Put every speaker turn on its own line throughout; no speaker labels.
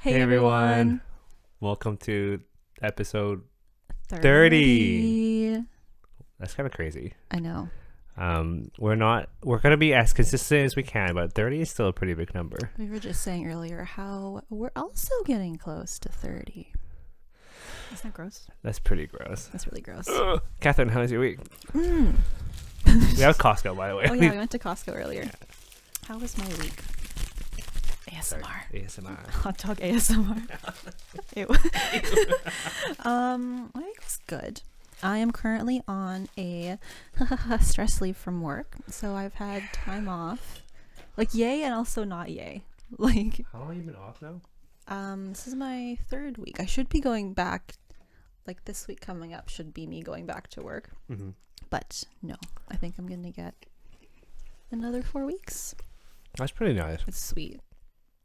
Hey, everyone. Welcome to episode.
30.
That's kind of crazy.
I know.
Um, we're not. We're gonna be as consistent as we can, but thirty is still a pretty big number.
We were just saying earlier how we're also getting close to 30. Isn't that gross?
That's pretty gross.
That's really gross.
Ugh. Catherine, how was your week?
Mm.
We have Costco, by the way.
oh, yeah, we went to Costco earlier. How was my week? ASMR.
ASMR.
Hot dog ASMR. Ew. um, my week was good. I am currently on a stress leave from work, so I've had time off. Like, yay, and also not yay. Like,
How long have you been off now?
Um, this is my third week. I should be going back. Like this week coming up should be me going back to work,
Mm-hmm.
but no, I think I'm gonna get another four weeks.
That's pretty nice.
It's sweet.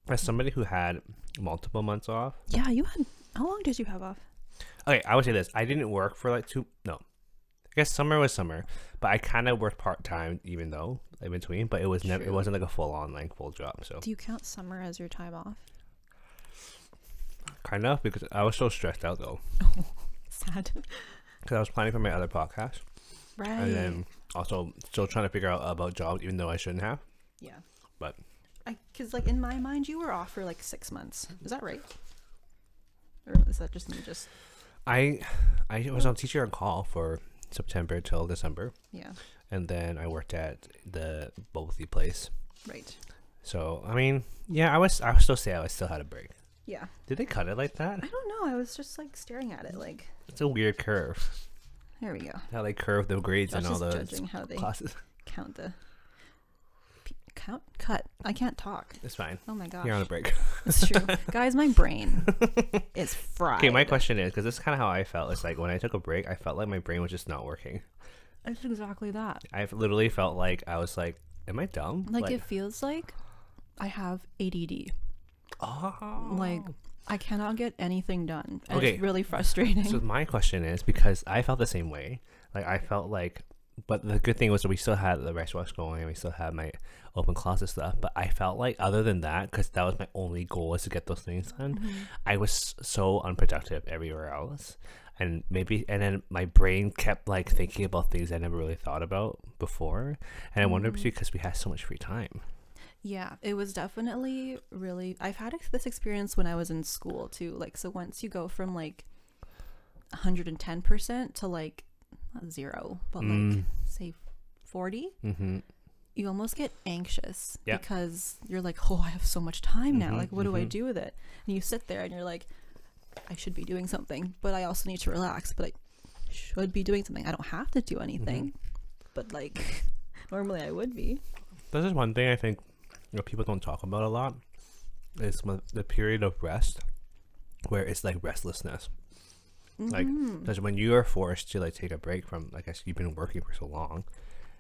As somebody who had multiple months off,
Yeah, you had. How long did you have off?
okay, I would say this: I didn't work for like two. No, I guess summer was summer, but I kind of worked part time, even though in between. But it was never. It
True.
wasn't like a full on like full job. So
Do you count summer as your time off?
kind of because I was so stressed out though
Sad.
because I was planning for my other podcast
Right.
and then also still trying to figure out about jobs, even though I shouldn't have.
yeah.
But
I because like in my mind you were off for like six months.
Mm-hmm.
Is that right? Or is that just me? Just
I, I was on teacher on call for September till December,
yeah.
and then I worked at the Bothy place.
Right.
So I mean, yeah, I was. I would still say I was still had a break.
Yeah.
Did they cut it like that?
I don't know. I was just like staring at it. Like
It's a weird curve.
here we go.
How they curve the grades
Josh
and all
is
the
judging how they
classes.
count the p- count cut. I can't talk.
It's fine.
Oh my gosh,
You're on a break.
it's true, guys. My brain is fried.
Okay, my question is because this is kind of how I felt. It's like when I took a break, I felt like my brain was just not working.
It's exactly that.
I've literally felt like I was like, "Am I dumb?"
Like, it feels like I have ADD.
oh.
Like I cannot get anything done. And
Okay.
It's really frustrating.
So my question is because I felt the same way. Like I felt like, but the good thing was that we still had the rest was going, and we still had my open closet stuff. But I felt like other than that, because that was my only goal was to get those things done.
Mm-hmm.
I was so unproductive everywhere else, and maybe and then my brain kept like thinking about things I never really thought about before. And I wonder
Mm.
if it's because we had so much free time.
Yeah, it was definitely really. I've had ex- this experience when I was in school too. Like, so once you go from like 110% to like not zero, but like
Mm.
say 40,
Mm-hmm.
you almost get anxious
Yeah.
because you're like, oh, I have so much time now.
Mhm,
Like, what do I
mhm.
do with it? And you sit there and you're like, I should be doing something, but I also need to relax, but I should be doing something. I don't have to do anything,
Mm-hmm.
but like, normally I would be.
This is one thing I think you know, people don't talk about a lot. Is when- the period of rest, where it's like restlessness. Like,
Mhm.
Because when you are forced to like take a break from, like I guess you've been working for so long,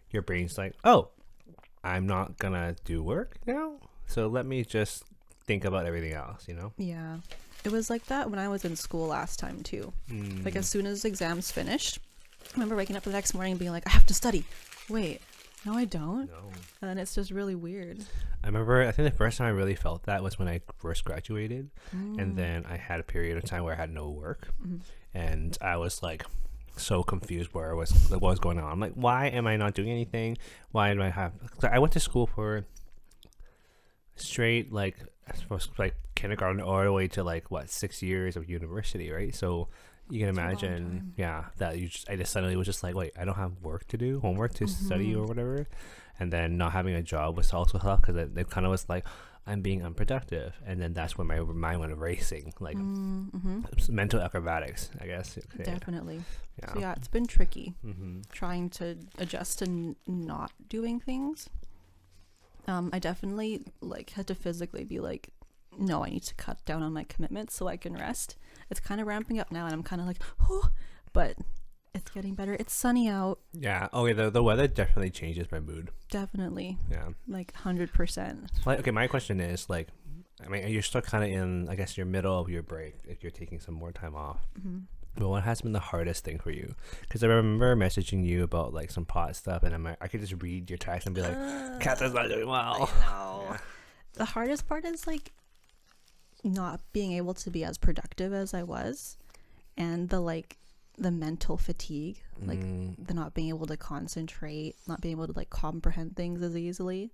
your brain's like, oh, I'm not gonna do work now, so let me just think about everything else. You know,
Yeah. It was like that when I was in school last time too. Like as
Mm-hmm.
soon as exams finished, I remember waking up the next morning and being like, I have to study. Wait, no I don't.
no.
And it's just really weird.
I remember. I think the first time I really felt that was when I first graduated,
Mm.
and then I had a period of time where I had no work,
Mm-hmm.
and I was like so confused where I was like, what was going on. I'm like, why am I not doing anything? Why do I have? 'cause I went to school for straight like I suppose like kindergarten all the way to like what six years of university, right? So. You can
It's a long
imagine,
time.
yeah, that you just, I just suddenly was just like, wait, I don't have work to do, homework to study
Mm-hmm.
or whatever and then not having a job was also tough because it, it kind of was like I'm being unproductive, and then that's when my mind went racing, like
Mm-hmm.
s- mental acrobatics, I guess. you could say.
Definitely.
Yeah.
So yeah, it's been tricky
hmm
trying to adjust to n- not doing things. Um, I definitely like had to physically be like, no, I need to cut down on my commitments so I can rest. It's kind of ramping up now, and I'm kind of like, oh, but it's getting better. It's sunny out.
Yeah. Okay. The, the weather definitely changes my mood.
Definitely,
Yeah.
like hundred percent.
Like, okay. My question is like, I mean, you're still kind of in, I guess, your middle of your break if you're taking some more time off.
Mm-hmm.
But what has been the hardest thing for you? Because I remember messaging you about like some pot stuff, and I'm like, I could just read your text and be
Ah.
oh." like, Catherine's not doing well.
The hardest part is like not being able to be as productive as I was and the like the mental fatigue, like
Mm,
the not being able to concentrate, not being able to like comprehend things as easily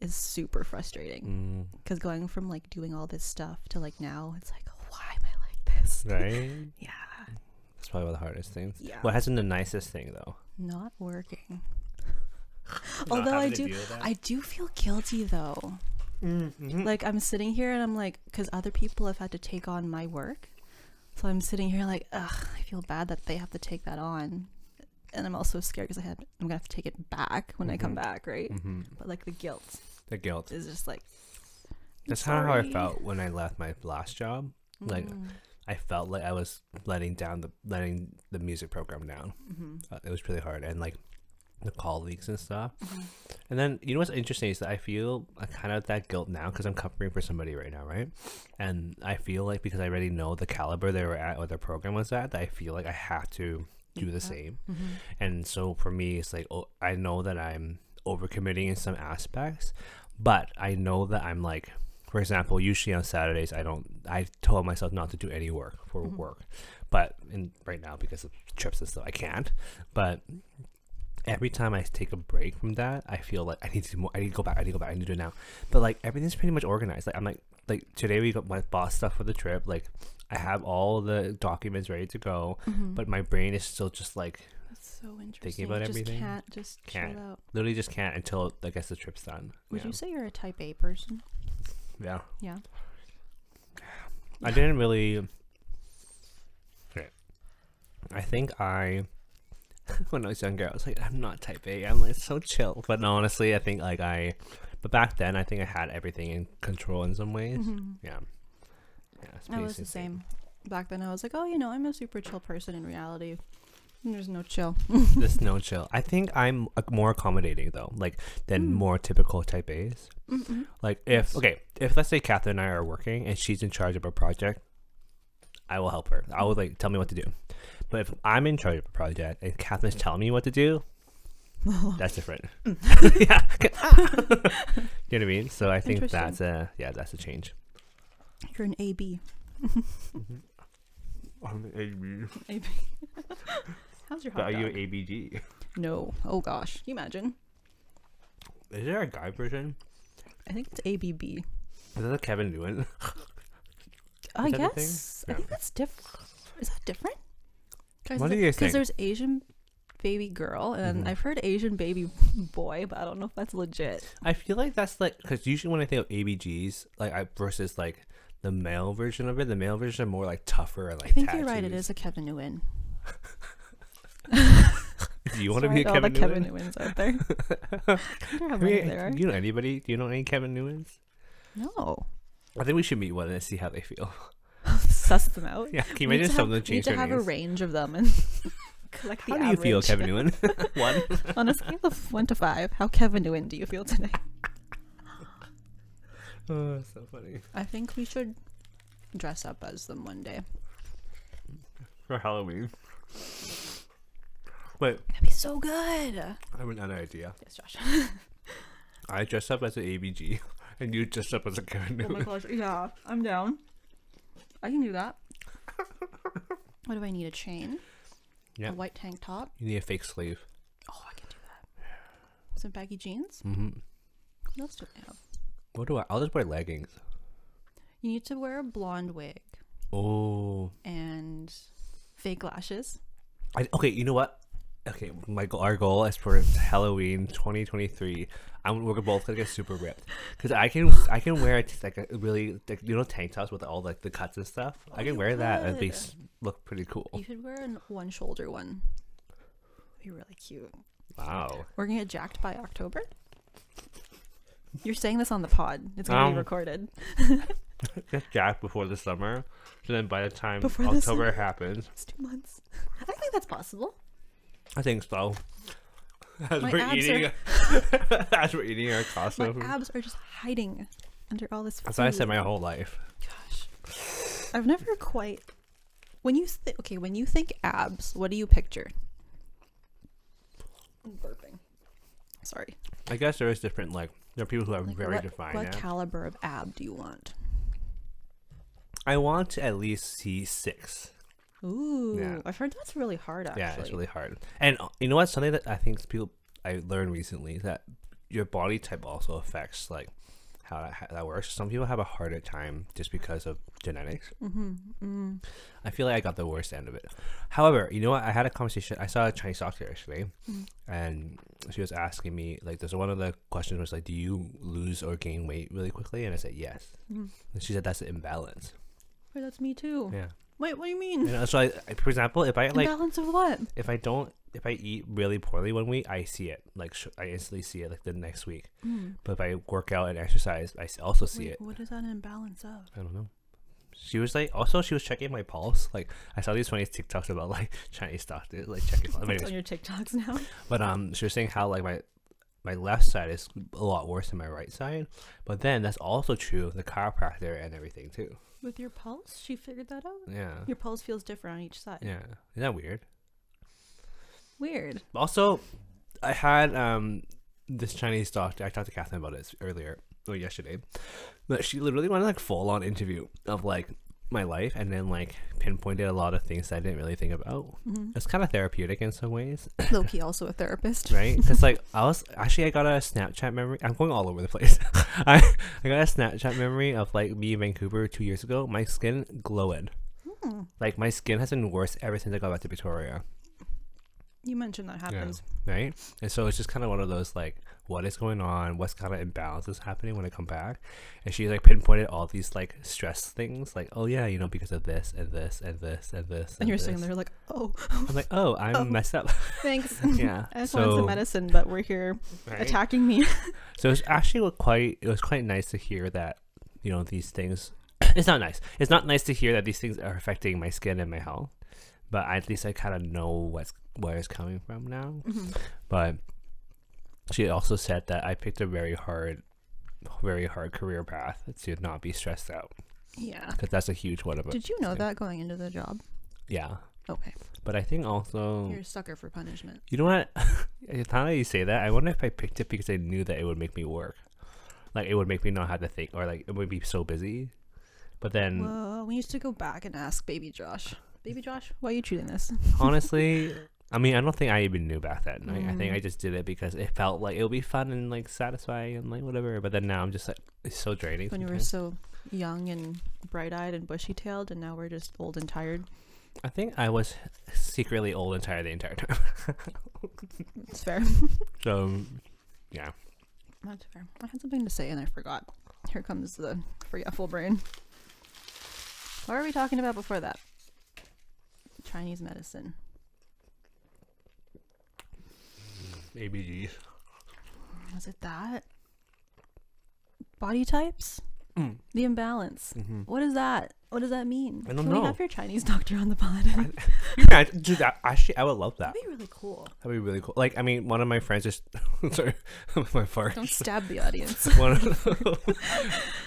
is super frustrating.
mm,
Cuz going from like doing all this stuff to like now, it's like why am I like this?
right.
Yeah.
That's probably one of the hardest things.
Yeah.
What has been the nicest thing though?
Not working.
Not
Although I
having to
do
deal with that?
I do feel guilty though. Like I'm sitting here and I'm like, because other people have had to take on my work, so I'm sitting here like, ugh, I feel bad that they have to take that on, and I'm also scared because I have I'm gonna have to take it back when I come
Mhm.
back, right?
Mhm.
But like the guilt
The guilt.
is just like. I'm
That's kind of how I
sorry.
felt when I left my last job. Like
Mm,
I felt like I was letting down the letting the music program down.
mhm,
Uh, it was really hard, and like the colleagues and stuff.
mhm.
And then you know what's interesting is that I feel I kind of that guilt now because I'm covering for somebody right now, right? And I feel like because I already know the caliber they were at or their program was at, that I feel like I have to do
Yeah.
the same.
Mhm.
And so for me, it's like oh, I know that I'm overcommitting in some aspects, but I know that I'm like, for example, usually on Saturdays I don't. I told myself not to do any work for
Mhm.
work, but in right now because of trips and stuff, I can't. But every time I take a break from that, I feel like I need to do more. I need to go back. I need to go back. I need to do it now. But like everything's pretty much organized. Like I'm like like today we got my boss stuff for the trip. Like I have all the documents ready to go,
Mhm.
but my brain is still just like
that's so interesting.
about
just
everything?
Can't just
Can't.
chill out.
literally just can't until I guess the trip's done.
Would
yeah.
you say you're a type A person?
Yeah.
Yeah.
I didn't really. Okay. I think I. When I was younger, I was like, I'm not type A. I'm like so chill. But no, honestly, I think like I. But back then, I think I had everything in control in some ways.
Mhm.
Yeah. Yeah. it's
I was the
basically
same. Back then, I was like, oh, you know, I'm a super chill person in reality. And there's no chill.
There's no chill. I think I'm uh, more accommodating though, like than
Mm.
more typical type A's.
Mm-mm.
Like if
Yes.
okay, if let's say Catherine and I are working and she's in charge of a project, I will help her. I will like tell me what to do. But if I'm in charge of a project and Catherine's telling me what to do, that's different. yeah, you know what I mean. So I think
Interesting.
that's a yeah, that's a change.
You're an AB.
I'm AB.
AB. How's your hot
Are
dog?
you ABG?
no. Oh, gosh. Can you imagine?
Is there a guy version?
I think it's ABB.
Is that a Kevin Newman?
I
that a thing?
guess. I
Yeah.
think that's different. Is that different?
What do you guys think?
Because there's Asian baby girl, and
Mhm.
I've heard Asian baby boy, but I don't know if that's legit.
I feel like that's like because usually when I think of ABGs, like I versus like the male version of it, the male version are more like tougher and like.
I think you're right. It
tattoos.
is a Kevin Nguyen.
Do you want to
Sorry
be a
to all the
Kevin Newman?
Kevin Nguyen's out there. I wonder how
I
many
mean,
there are.
do you know anybody? Do you know any Kevin Newmans?
No.
I think we should meet one and see how they feel.
suss them out.
Yeah, can you
We need
imagine
to
some of them
have-
change
Need to
their
have
names?
a range of them and collect
How
the
do you feel,
average.
Kevin Newman? one.
On a scale of one to five, how Kevin Nguyen do you feel today?
Oh, so funny.
I think we should dress up as them one day.
For Halloween. Wait,
That'd be so good. Yes,
I have another idea.
Josh.
I dress up as an ABG, and you dress up as a Kevin
Oh my
Newman.
gosh. Yeah, I'm down. I can do that. What do I need? A chain.
Yeah.
A white tank top.
You need a fake sleeve.
Oh, I can do that. Some baggy jeans.
hmm
What else do I have?
What do I? I'll just wear leggings.
You need to wear a blonde wig
Oh.
and fake lashes.
I, okay, you know what? Okay, Michael, our goal is for Halloween 2023. I'm, we're both gonna get super ripped because I can I can wear it like a really like, you know tank tops with all like the cuts and stuff. I can
Oh, you
wear that and be
could.
s- look pretty cool.
You should wear an one shoulder one. Be really cute.
Wow.
We're gonna get jacked by October. You're saying this on the pod. It's gonna
Um,
be recorded.
Get jacked before the summer, so then by the time
Before the
October happens,
It's two months. I don't think that's possible.
I think so. As
My
we're
abs
eating, as we're eating our
My
costume.
abs are just hiding under all this.
That's what I said
food.
my whole life.
Gosh, I've never quite. When you th- okay, when you think abs, what do you picture? I'm burping. Sorry.
I guess there is different like there are people who have
Like,
very
what,
defined.
What
abs.
caliber of ab do you want?
I want to at least see six.
Ooh, I've heard that's really hard. Actually,
Yeah, it's really hard. And uh, you know what? Something that I think people I learned recently is that your body type also affects like how that, how that works. Some people have a harder time just because of genetics. Mm-hmm. I feel like I got the worst end of it. However, you know what? I had a conversation. I saw a Chinese doctor yesterday, Mm-hmm. and she was asking me like, "There's one of the questions was like, do you lose or gain weight really quickly?" And I said yes. And she said that's an imbalance.
mm-hmm. Wait, that's me too.
Yeah.
Wait, what do you mean?
You know, so I, I- for example, if I like
Imbalance of what?
if I don't, if I eat really poorly one week, I see it. Like sh- I instantly see it like the next week. But if I work out and exercise, I s- also see
Mm. Wait,
it.
what is that imbalance of?
I don't know. She was like, also she was checking my pulse. Like I saw these funny TikToks about like Chinese doctors like checking. pulse.
It's
Anyways,
on your TikToks now.
but um, she was saying how like my my left side is a lot worse than my right side. But then that's also true of the chiropractor and everything too.
With your pulse, she figured that out.
Yeah.
Your pulse feels different on each side.
Yeah. Isn't that weird?
Weird.
Also, I had um this Chinese doctor. I talked to Catherine about it earlier or yesterday, but she literally wanted like full on interview of like my life, and then like pinpointed a lot of things that I didn't really think about. Oh,
Mm-hmm.
It's kind of therapeutic in some ways,
Loki also a therapist.
right? Because like I was actually I got a Snapchat memory. I'm going all over the place. I I got a Snapchat memory of like me in Vancouver two years ago. My skin glowing.
Hmm.
Like my skin has been worse ever since I got back to Victoria.
You mentioned that
Yeah.
happens.
Right? And so it's just kind of one of those like, what is going on? What's kind of imbalance is happening when I come back? And she like pinpointed all these like stress things, like, oh yeah, you know, because of this and this and this and this.
And you're
this.
sitting there like, oh,
I'm like, oh, I'm messed up.
thanks.
yeah.
I just
so,
wanted some medicine, but we're here
right?
attacking me.
So it's actually wa- quite. It was quite nice to hear that. You know these things. It's not nice. It's not nice to hear that these things are affecting my skin and my health. But at least I kind of know what's where it's coming from now.
Mm-hmm.
But she also said that I picked a very hard, very hard career path to not be stressed out
yeah.
because that's a huge one of it.
Did you know that going into the job?
Yeah.
Okay.
But I think also
You're a sucker for punishment.
You know what? now that you say that, I wonder if I picked it because I knew that it would make me work. Like it would make me not have to think, or like it would be so busy. But then,
Whoa, we used to go back and ask Baby Josh. Baby Josh, why are you choosing this?
honestly, I mean, I don't think I even knew back then. I, I think
Mm.
I just did it because it felt like it would be fun and like satisfying and like whatever. But then now I'm just like it's so draining.
When you were
sometimes.
so young and bright eyed and bushy tailed, and now we're just old and tired.
I think I was secretly old and tired the entire time.
It's fair.
so, yeah.
That's fair. I had something to say and I forgot. Here comes the forgetful brain. What were we talking about before that? Chinese medicine.
ABG.
Was it that? Body types?
Mm-hmm.
The imbalance. What is that? What does that mean?
I don't
Can we
know.
have your Chinese doctor on the pod? That'd
Yeah, dude, that, actually, I would love that.
be really cool.
That'd be really cool. Like, I mean, one of my friends just sorry, my fart.
Don't stab the audience.
one of,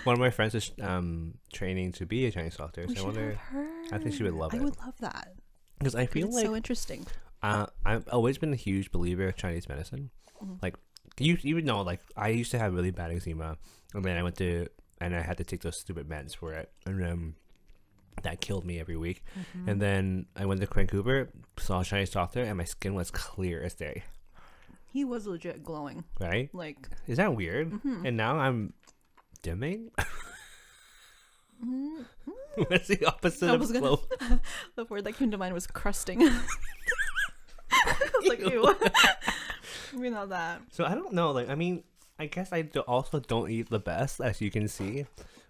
one of my friends is um training to be a Chinese doctor.
we
So I
should have
wonder
her.
I think she would love
I
it.
would love that.
because I
'cause
feel
it's
like
so interesting.
uh, I've always been a huge believer of Chinese medicine.
Mm-hmm.
Like you even know, like I used to have really bad eczema, and then I went to and I had to take those stupid meds for it, and um, that killed me every week.
Mm-hmm.
And then I went to Vancouver, saw a Chinese doctor, and my skin was clear as day.
He was legit glowing.
Right?
Like, hmm.
Is that weird?
Mm-hmm.
And now I'm dimming.
Mm-hmm.
What's the opposite
I
of
was gonna-
glow?
the word that came to mind was crusting. I was like, ew. Maybe not that.
So I don't know. Like, I mean, I guess I do also don't eat the best, as you can see,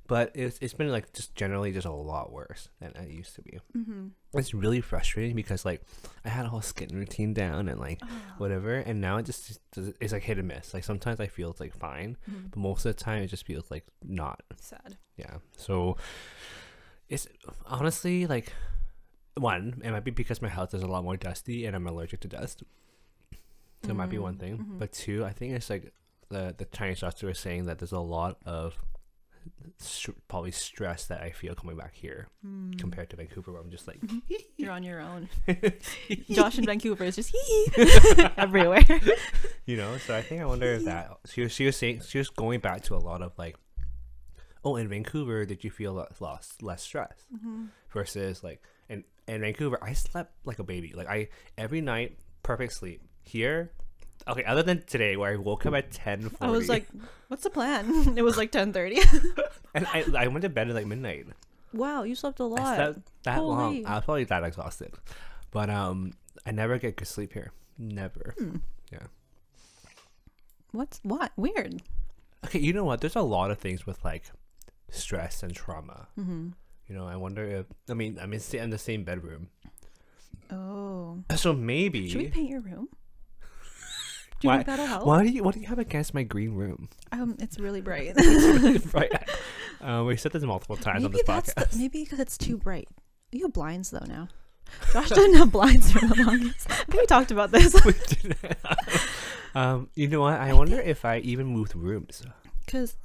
but it's it's been like just generally just a lot worse than it used to be. Mm-hmm. It's really frustrating because like I had a whole skin routine down and like
Ah,
whatever, and now it just, just does- it's like hit and miss. Like sometimes I feel it's like fine, but most of the time it just feels like not.
mm-hmm. Sad.
Yeah. So it's honestly like one, it might be because my house is a lot more dusty and I'm allergic to dust. So it might be one thing. But two, I think it's like the the Chinese doctor was saying that there's a lot of s probably stress that I feel coming back here
Mm.
compared to Vancouver where I'm just like
You're on your own. Mm-hmm. Josh in Vancouver is just hee everywhere.
you know so i think i wonder if that she was she was saying she was going back to a lot of like oh, in Vancouver, did you feel less, lost, less stress?
Mm-hmm.
Versus like in in Vancouver, I slept like a baby. Like I every night, perfect sleep. Here, okay, other than today where I woke up at ten forty.
I was like, what's the plan? it was like 10:30.
and I, I went to bed at like midnight.
wow, you slept a lot.
I slept that
Holy.
long. I was probably that exhausted, but um, I never get good sleep here. Never.
Hmm.
Yeah.
What's what? Weird.
Okay, you know what? There's a lot of things with like stress and trauma. Mm-hmm. You know, I wonder if I mean I'm in, in the same bedroom,
Oh.
Uh, so maybe.
Should we paint your room? Do you
why,
think that'll help?
Why do you what do you have against my green room?
Um, it's really bright.
right. Uh, we said this multiple times on
maybe
this
that's
podcast.
the, maybe because it's too bright. You have blinds though now. Josh didn't have blinds for the longest. I think we talked about this
We did- um, you know what? I, wonder if I even moved rooms.
because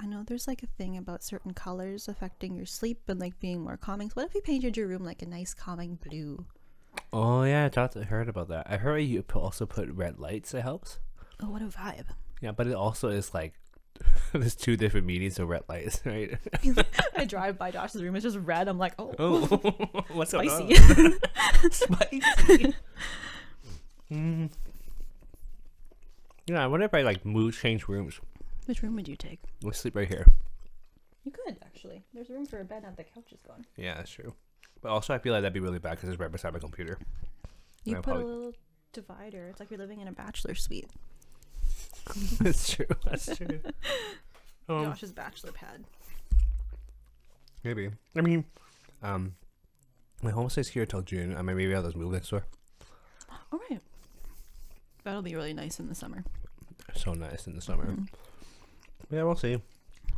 I know there's like a thing about certain colors affecting your sleep and like being more calming. So what if we painted your room like a nice calming blue?
Oh yeah, I talked, I heard about that. I heard you pu- also put red lights. It helps.
Oh, what a vibe!
Yeah, but it also is like there's two different meanings of red lights, right?
I drive by Josh's room; it's just red. I'm like, oh,
Oh, what's going on?
spicy.
spicy. mm. Yeah, I wonder if I like move, change rooms.
Which room would you take?
We'll sleep right here.
You could actually. There's room for a bed now. The couch is gone.
Yeah, that's true. But also, I feel like that'd be really bad because it's right beside my computer.
You
Yeah,
put
probably.
a little divider. It's like you're living in a bachelor suite.
that's true. That's true. Um,
Josh's bachelor pad.
Maybe. I mean, um, my homestays here till June. I mean, maybe I'll just move next door.
All right. That'll be really nice in the summer.
So nice in the summer. Yeah, we'll see.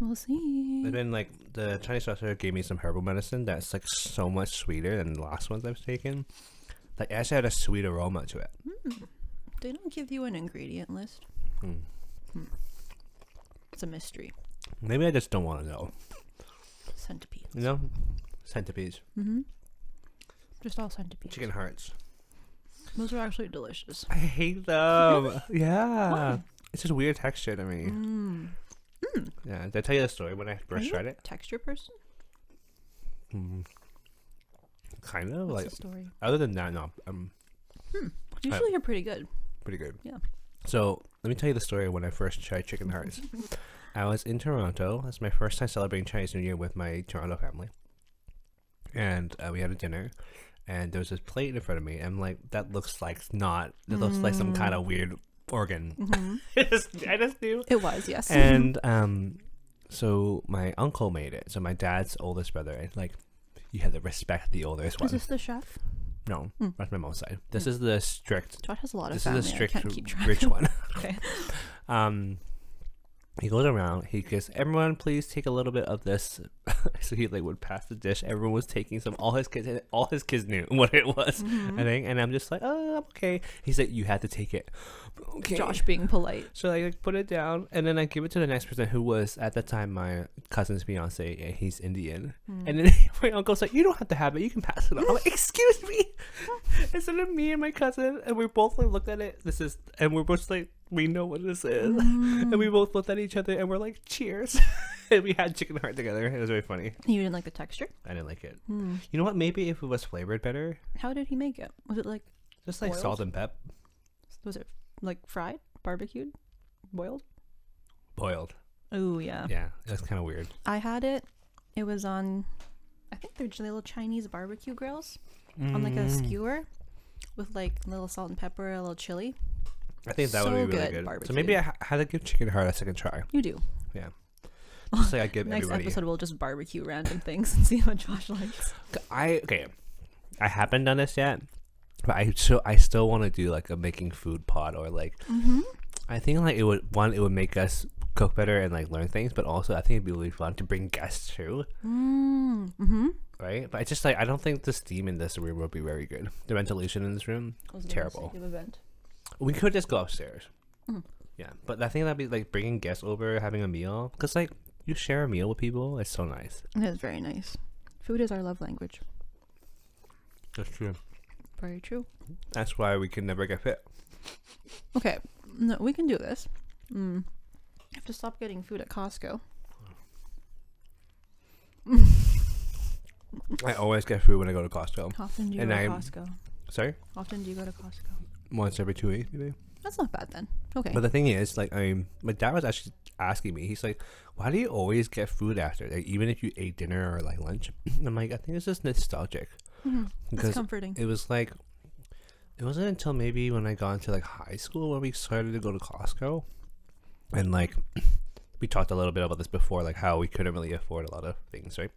We'll see.
And then, like, the Chinese doctor gave me some herbal medicine that's, like, so much sweeter than the last ones I've taken. Like, it actually had a sweet aroma to it.
Hmm. They don't give you an ingredient list.
Hmm.
It's a mystery.
Maybe I just don't want to know.
Centipede.
You know? Centipedes.
Mm-hmm. Just all centipedes.
Chicken hearts.
Those are actually delicious.
I hate them. Yeah. It's just weird texture to me.
Mm.
Yeah. Did I tell you the story when I
Are
first
you
tried
a
it?
Texture person?
Mm. Kind of.
What's
like,
the story?
other than that, no. I'm
Usually you're pretty good.
pretty good.
Yeah.
So let me tell you the story when I first tried chicken hearts. I was in Toronto. It's my first time celebrating Chinese New Year with my Toronto family, and uh, we had a dinner. And there was this plate in front of me. and I'm like, that looks like not. That looks like some kind
Mm.
of weird organ. I just, I just knew.
Mm-hmm. It was, yes.
And um, so my uncle made it. So my dad's oldest brother. and, Like, you had to respect the oldest
Mm-hmm. is Hmm.
one.
this the chef?
No, that's my mom's side. This is the strict
Josh has a lot of
this is
family.
a strict
I can't keep track.
rich one.
Okay.
Um, he goes around. He goes, "Everyone, please take a little bit of this." so he like would pass the dish. Everyone was taking some. All his kids, and all his kids knew what it was.
Mm-hmm.
I think, and I'm just like, "Oh, I'm okay." He's like, "You had to take it." Okay.
Josh being polite.
So I like, put it down, and then I give it to the next person who was at that time my cousin's fiance, and he's Indian. And
Mm.
then my uncle's like, "You don't have to have it. You can pass it on." I'm like, "Excuse me." and so then me and my cousin, and we both like looked at it. This is, and we're both like, "We know what this is," and we both looked at each other, and we're like, "Cheers." and we had chicken heart together. It was very funny.
Mm. You didn't like the texture?
I didn't like it. You know what? Maybe if it was flavored better,
How did he make it? Was it like
just like
Boiled?
salt and pep,
was it like fried, barbecued, boiled?
boiled.
Oh yeah.
Yeah, it was kind of weird.
I had it. It was on, I think they're just little Chinese barbecue grills on like a
Mm.
skewer with like little salt and pepper, a little chili.
Mm. I think that
So
would be really
good
good. So
barbecue.
maybe I ha- had to give chicken heart a second try.
You do.
Yeah. Just like I give
Next
everybody.
episode, we'll just barbecue random things and see what Josh likes.
I okay. I haven't done this yet, but I so I still want to do like a making food pod or like.
Mm-hmm.
I think like it would one it would make us cook better and like learn things, but also I think it'd be really fun to bring guests too,
Mm-hmm.
right? But I just like I don't think the steam in this room would be very good. The ventilation in this room terrible. We could just go upstairs. Yeah, but I think that'd be like bringing guests over, having a meal, because like you share a meal with people, it's so nice.
It is very nice. Food is our love language.
That's true.
Very true.
That's why we can never get fit.
Okay, no, we can do this. Mm. I have to stop getting food at Costco.
I always get food when I go to Costco.
How often do you
And
go to
I'm-
Costco?
Sorry,
How often do you go to Costco?
once every two weeks maybe.
That's not bad then. Okay.
But the thing is, like, um, my dad was actually asking me. He's like, "Why do you always get food after? Like, even if you ate dinner or like lunch?" I'm like, "I think it's just nostalgic
Mhm. It's
because
comforting.
it was like, it wasn't until maybe when I got into like high school when we started to go to Costco, and like, we talked a little bit about this before, like how we couldn't really afford a lot of things, right?"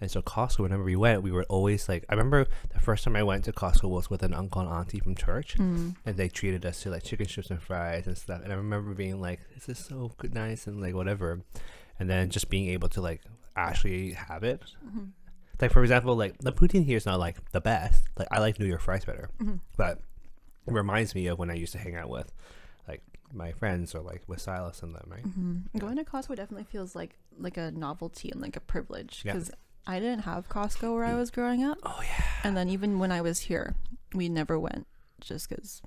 And so Costco, whenever we went, we were always like, I remember the first time I went to Costco was with an uncle and auntie from church,
Mm.
and they treated us to like chicken strips and fries and stuff. And I remember being like, "This is so good, nice," and like whatever. And then just being able to like actually have it.
Mhm.
Like for example, like the poutine here is not like the best. Like I like New York fries better,
Mhm.
but it reminds me of when I used to hang out with like my friends or like with Silas and them, right?
Mhm. Going to Costco definitely feels like like a novelty and like a privilege
Yeah.
because I didn't have Costco where I was growing up.
Oh yeah,
And then even when I was here, we never went just because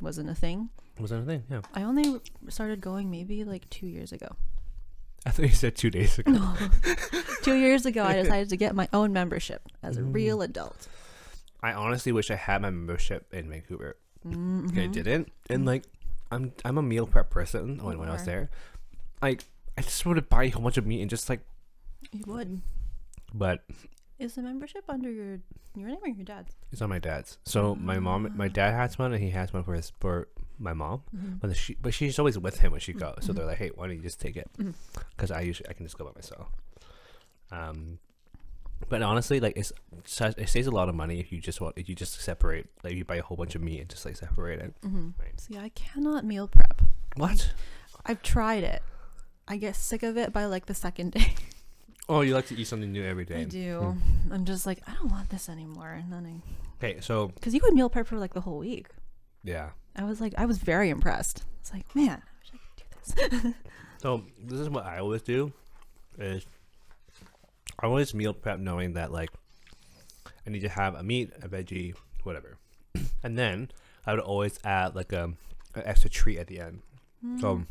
wasn't a thing.
was that a thing? Yeah,
I only started going maybe like two years ago.
I thought you said two days ago.
No. two years ago, I decided to get my own membership as a
Mm.
real adult.
I honestly wish I had my membership in Vancouver.
Mhm.
I didn't. And like, I'm I'm a meal prep person. When when I was
are.
there, like I just wanted to buy a whole bunch of meat and just like,
You would.
but
Is the membership under your your name or your dad's?
it's not my dad's. So my mom,
Mm.
my dad has one, and he has one for his for my mom.
Mhm.
But she but she's always with him when she goes. So they're like, hey, why don't you just take it?
Mhm.
Because I usually I can just go by myself. Um. But honestly, like it's such, it saves a lot of money if you just want if you just separate like you buy a whole bunch of meat and just like separate it.
Mhm.
Right.
See, I cannot meal prep.
What?
I've tried it. I get sick of it by like the second day.
Oh, you like to eat something new every day.
I do.
Hmm.
I'm just like, I don't want this anymore. And then I,
Okay, so
because you would meal prep for like the whole week.
yeah,
I was like, I was very impressed. It's like, man, I wish I could do this.
So this is what I always do is I always meal prep knowing that like I need to have a meat, a veggie, whatever. And then I would always add like um an extra treat at the end.
Mm-hmm.
So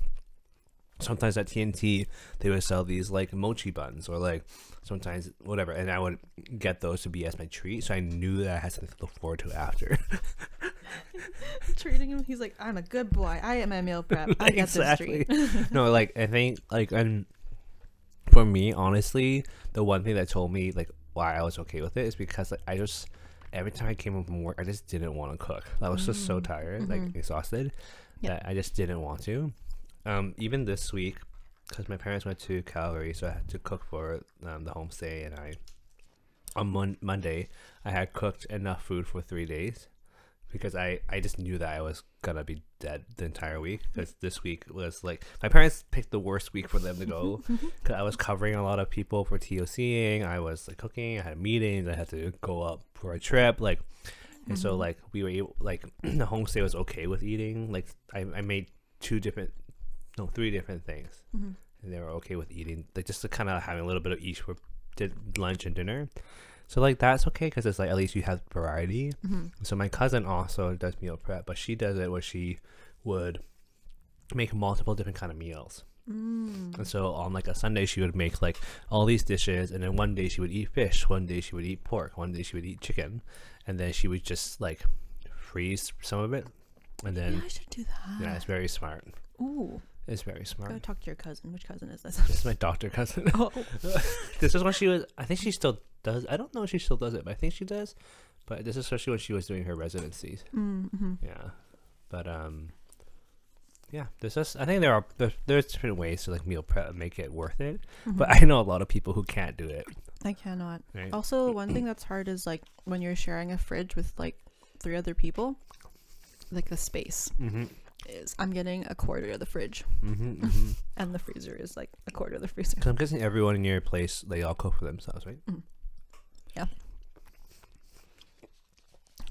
sometimes at TNT they would sell these like mochi buns or like sometimes whatever and I would get those to be as my treat so I knew that I had something to look forward to after.
Treating him, he's like, I'm a good boy. I am a meal prep. I got this treat.
no, like I think like and for me, honestly, the one thing that told me like why I was okay with it is because like I just every time I came home from work, I just didn't want to cook. I was just so tired, like exhausted,
Yeah.
that I just didn't want to. Um, even this week, because my parents went to Calgary, so I had to cook for um, the homestay, and I on mon- Monday I had cooked enough food for three days because I, I just knew that I was gonna be dead the entire week because this week was like my parents picked the worst week for them to go because I was covering a lot of people for TOCing I was like cooking I had meetings I had to go up for a trip like and so like we were able like the homestay was okay with eating like I, I made two different no three different things
Mhm.
and they were okay with eating like just kind of having a little bit of each for di- lunch and dinner so like that's okay because it's like at least you have variety
Mhm.
so my cousin also does meal prep, but she does it where she would make multiple different kind of meals.
Mm.
And so on like a Sunday she would make like all these dishes and then one day she would eat fish, one day she would eat pork, one day she would eat chicken, and then she would just like freeze some of it. And
Yeah,
then
I should do that.
yeah, it's very smart.
Ooh,
It's very
go
smart.
talk to your cousin. Which cousin is this?
This is my doctor cousin.
oh,
this is when she was I think she still does I don't know if she still does it, but I think she does. But this is especially when she was doing her residencies.
mm-hmm.
Yeah, but um, yeah. There's just I think there are there's, there's different ways to like meal prep and make it worth it. But I know a lot of people who can't do it.
Mm-hmm. I cannot.
Right?
Also, one thing that's hard is like when you're sharing a fridge with like three other people, like the space
Mm-hmm.
is I'm getting a quarter of the fridge,
Mm-hmm, mm-hmm.
and the freezer is like a quarter of the freezer.
So I'm guessing everyone in your place they all cook for themselves, right?
Mm. Yeah.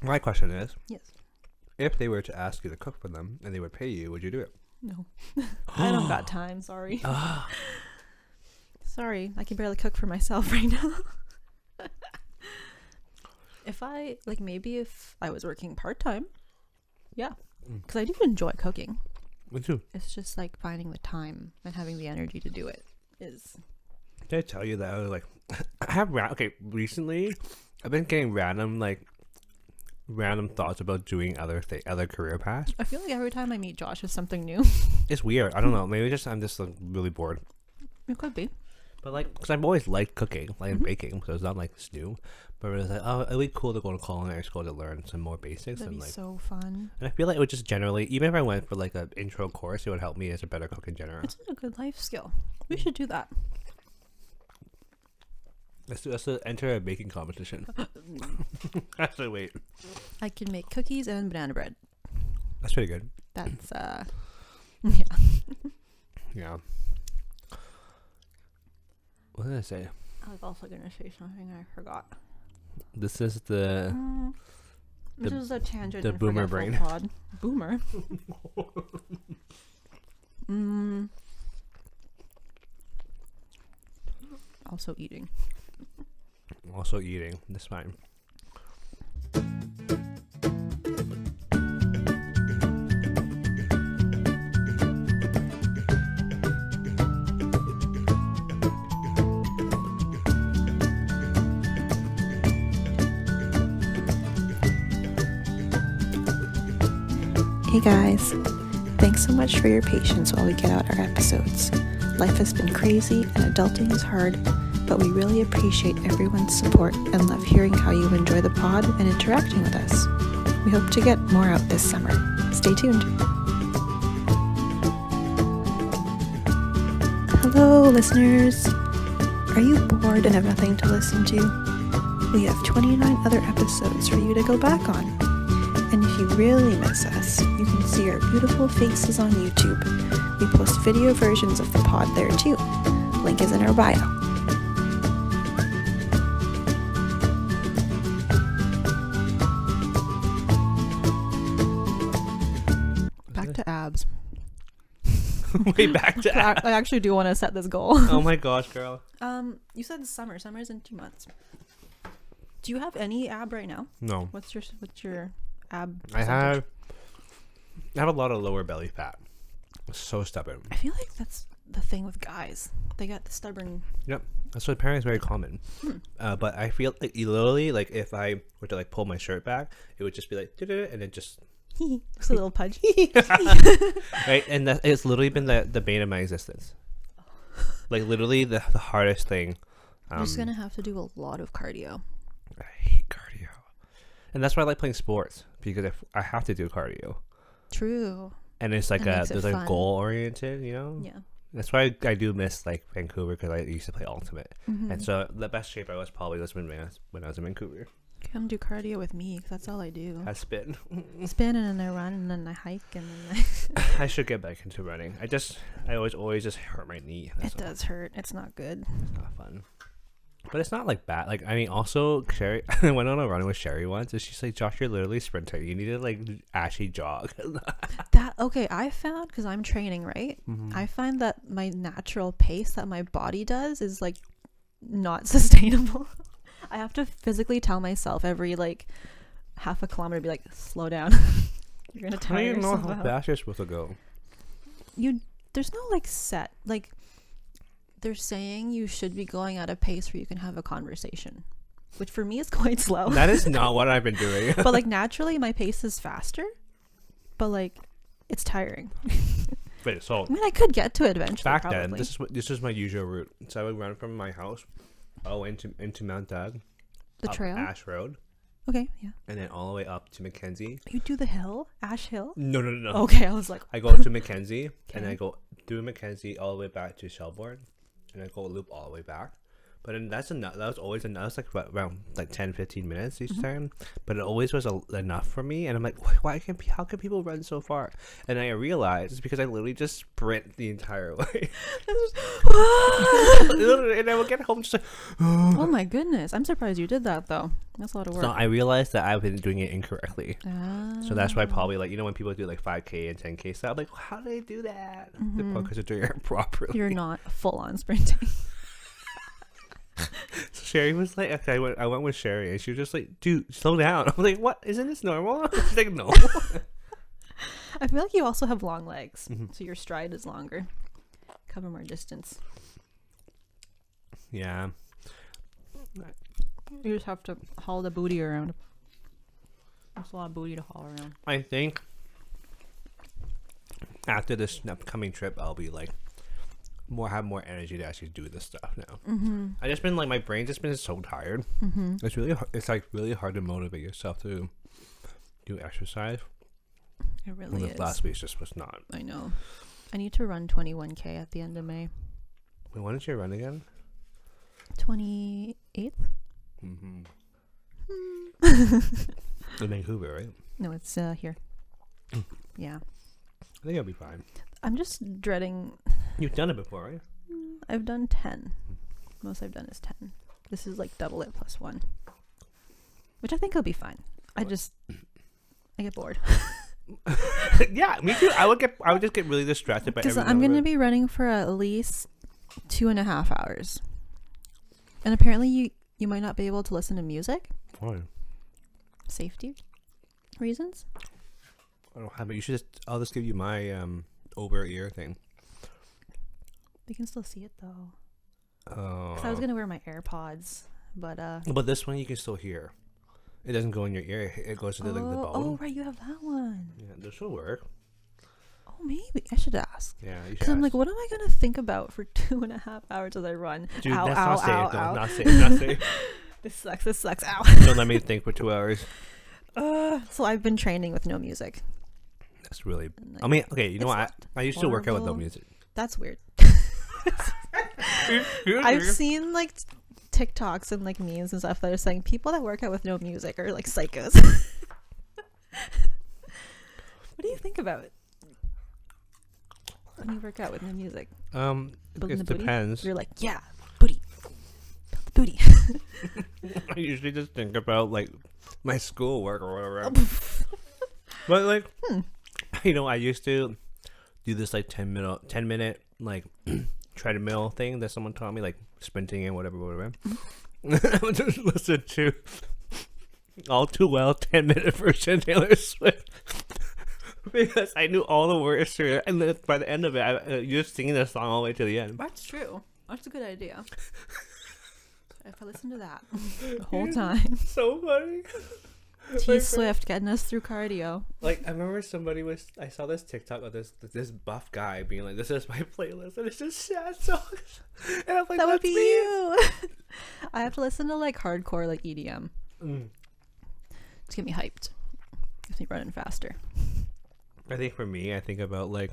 My question is,
Yes.
if they were to ask you to cook for them and they would pay you, would you do it?
No, I don't got time. Sorry.
Ah.
Sorry, I can barely cook for myself right now. if I like, maybe if I was working part time, yeah,
Mm.
because I do enjoy cooking.
Me too.
It's just like finding the time and having the energy to do it is
Did I tell you that I was like I have ra- okay. Recently, I've been getting random like random thoughts about doing other th- other career paths.
I feel like every time I meet Josh, it's something new.
It's weird. I don't know. Maybe just I'm just like, really bored.
it could be.
But like, because I've always liked cooking, like
Mm-hmm.
baking, so it's not like it's new. But it's like, oh, it'd be cool to go to culinary school to learn some more basics
That'd
and
be
like.
so fun.
and I feel like it would just generally, even if I went for like an intro course, it would help me as a better cook in general.
It's a good life skill. We
Mm.
should do that.
Let's, do, let's uh, enter a baking competition. Actually, wait,
I can make cookies and banana bread.
that's pretty good.
That's uh, yeah.
Yeah. What did I say?
I was also gonna say something I forgot.
This is the
Mm,
the-
this is a tangent.
the
and
boomer
forgetful
brain.
Pod. Boomer. mm. Also eating.
also eating. This time.
Hey guys, thanks so much for your patience while we get out our episodes. Life has been crazy and adulting is hard, but we really appreciate everyone's support and love hearing how you enjoy the pod and interacting with us. We hope to get more out this summer. Stay tuned. Hello, listeners. Are you bored and have nothing to listen to? We have 29 other episodes for you to go back on. And if you really miss us, you can see our beautiful faces on YouTube. We post video versions of the pod there too. Link is in our bio.
Back to abs.
Way back to.
I, I actually do want to set this goal.
oh my gosh, girl.
Um, you said summer. Summer's in two months. Do you have any ab right now?
No,
What's your what's your ab?
I
percentage?
have. I have a lot of lower belly fat. It's so stubborn.
I feel like that's the thing with guys. They got the stubborn.
Yep. So apparently it's very common.
Hmm.
Uh, but I feel like literally like if I were to like pull my shirt back, it would just be like "Duh-duh-duh," and it just
just a little pudge.
right and that it's literally been the, the bane of my existence. Like literally the, the hardest thing.
Oh.
um,
You're just gonna have to do a lot of cardio.
I hate cardio. And that's why I like playing sports because if I have to do cardio.
True.
And it's like
That
a
makes it
there's like
fun.
goal oriented, you know.
Yeah.
That's why I, I do miss like Vancouver because I used to play ultimate,
Mm-hmm.
and so the best shape I was probably was when I was, when I was in Vancouver.
Come do cardio with me, 'cause that's all I do.
I spin.
I spin and then I run and then I hike and then I
I should get back into running. I just I always always just hurt my knee. That's
it does hurt. It's not good.
not fun. But it's not like bad. Like I mean, also Sherry. I went on a run with Sherry once, and she's like, "Josh, you're literally a sprinter. You need to like actually jog."
That okay? I found because I'm training, right? I find that my natural pace that my body does is like not sustainable. I have to physically tell myself every like half a kilometer, to be like, slow down. You're gonna
I
tire
don't even know
yourself
how
out.
fast you're supposed to go.
you there's no like set like they're saying you should be going at a pace where you can have a conversation which for me is quite slow
That is not what I've been doing.
but like naturally my pace is faster but like it's tiring
Wait, so
i mean i could get to it eventually
back
Mm, probably.
then, this is what this is my usual route. So I would run from my house, oh into into Mount Doug,
the
up
trail
Ash Road,
okay yeah
and then all the way up to Mackenzie.
you do the hill ash hill
No, no, no, no.
okay i was like
I go to Mackenzie and I go through Mackenzie all the way back to Shelbourne, and I go loop all the way back. But then that's enough. That was always enough. It's like about- around like 10, 15 minutes
Mm-hmm.
each time. But it always was a, enough for me. And I'm like, why, why can pe- how can people run so far? And I realized it's because I literally just sprint the entire way. Literally, and I would get home just like.
oh my goodness i'm surprised you did that though that's a lot of work
So I realized that I've been doing it incorrectly.
Ah.
So that's why probably like you know when people do like 5k and 10k stuff, I'm like how do they do that? The podcast are doing it properly.
you're not full on sprinting
Sherry was like, okay, I went, I went with Sherry, and she was just like, dude, slow down. I'm like, what? Isn't this normal? She's like, no.
I feel like you also have long legs, so your stride is longer. Cover more distance.
yeah.
You just have to haul the booty around. There's a lot of booty to haul around.
I think after this upcoming trip, I'll be like more have more energy to actually do this stuff now. Mm-hmm. I just been like my brain's just been so tired. Mm-hmm. It's really har- it's like really hard to motivate yourself to do exercise.
It
And
really
this
is.
last week just was not.
I know. I need to run 21k at the end of May.
Wait, when did you run again?
28th?
Mm-hmm. In Vancouver, right?
Hmm. No, it's uh, here. yeah.
I think I'll be fine.
I'm just dreading.
You've done it before, right?
I've done 10. Most I've done is 10. This is like double it plus one, which I think I'll be fine. I
What?
just. I get bored.
yeah, me too. I would get, I would just get really distracted by.
Because
every
I'm
little
going to
bit.
be running for at least two and a half hours. And apparently, you, you might not be able to listen to music,
Fine.
safety reasons.
I don't have it. You should just. I'll just give you my um over ear thing.
We can still see it though.
Oh.
'Cause I was going to wear my AirPods, but. uh
But this one you can still hear. It doesn't go in your ear. It goes to the, like the
oh,
bone.
oh, right, you have that one.
Yeah, this will work.
Oh, maybe. I should ask.
Yeah, you should.
Because I'm like,
ask.
what am I going to think about for two and a half hours as I run?
Dude,
ow,
that's
ow,
not safe.
ow,
no,
ow.
Not safe. Not safe.
This sucks. This sucks. Ow.
Don't let me think for two hours.
Uh, so I've been training with no music.
That's really.
And, like,
I mean, okay. You know
it's
what?
not
I, I used to work out with no
horrible.
music.
That's weird. I've seen like t- TikToks and like memes and stuff that are saying people that work out with no music are like psychos. what do you think about it? When you work out with no music,
um,
Building the
it
booty?
depends.
you're like, yeah, booty, Build the booty.
I usually just think about like my schoolwork or whatever. but like,
Hmm.
you know, I used to do this like ten minute, ten minute like treadmill thing that someone taught me, like sprinting and whatever, whatever. I would just listen to all too well ten minute version of Taylor Swift. Because I knew all the words to it, and then by the end of it, I, uh, you're just singing the song all the way to the end.
That's true. That's a good idea. if I listen to that the whole time,
So funny.
T Swift getting us through cardio.
Like I remember somebody was I saw this TikTok of this this buff guy being like, "This is my playlist, and it's just sad songs," and I'm like,
that would
"That's
be
me."
you. I have to listen to like hardcore, like E EDM.
Mm.
It's getting me hyped. Gets me running faster.
I think for me, I think about like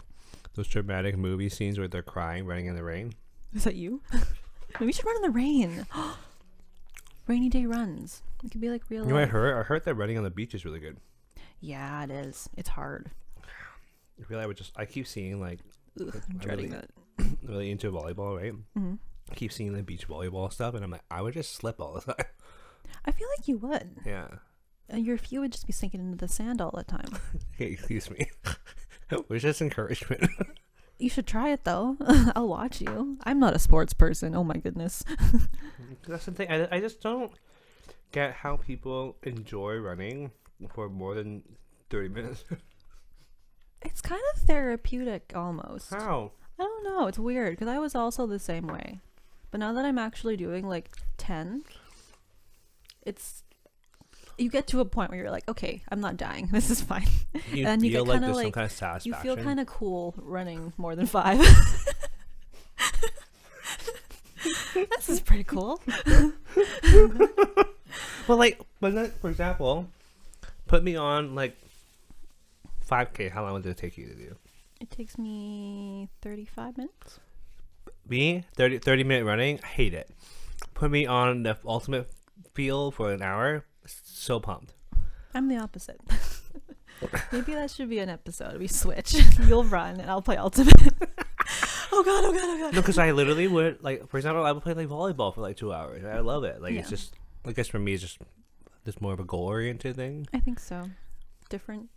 those dramatic movie scenes where they're crying, running in the rain.
Is that you? Maybe we should run in the rain. Rainy day runs. It could be like real.
You know, I
life.
heard I heard that running on the beach is really good.
Yeah, it is. It's hard.
I feel like I would just I keep seeing like
Ugh,
I-
I'm
I
dreading
really-
that.
really into volleyball, right?
Mhm.
I keep seeing the beach volleyball stuff, and I'm like, I would just slip all the time.
I feel like you would.
yeah.
Uh, Your feet would just be sinking into the sand all the time.
Hey, excuse me. Which is encouragement.
You should try it though. I'll watch you. I'm not a sports person. Oh my goodness.
That's the thing. I, I just don't get how people enjoy running for more than 30 minutes.
It's kind of therapeutic almost.
How?
I don't know. It's weird because I was also the same way, but now that I'm actually doing like ten, it's you get to a point where you're like, okay, I'm not dying. This is fine.
You
And you
feel
get
like
kinda
there's some
like-
kind
you
of satisfaction.
feel kind of cool running more than five. this is pretty cool.
Well, like, but then, for example, put me on like 5K. How long did it take you to do?
It takes me thirty-five minutes.
Me, 30, 30 minute running, I hate it. Put me on the ultimate field for an hour, so pumped.
I'm the opposite. Maybe that should be an episode. We switch. You'll run, and I'll play ultimate. oh god! Oh god! Oh god!
No, because I literally would like, for example, I would play like volleyball for like two hours. I love it. Like, it's
Yeah.
just, I guess for me, it's just, it's more of a goal oriented thing.
I think so. Different.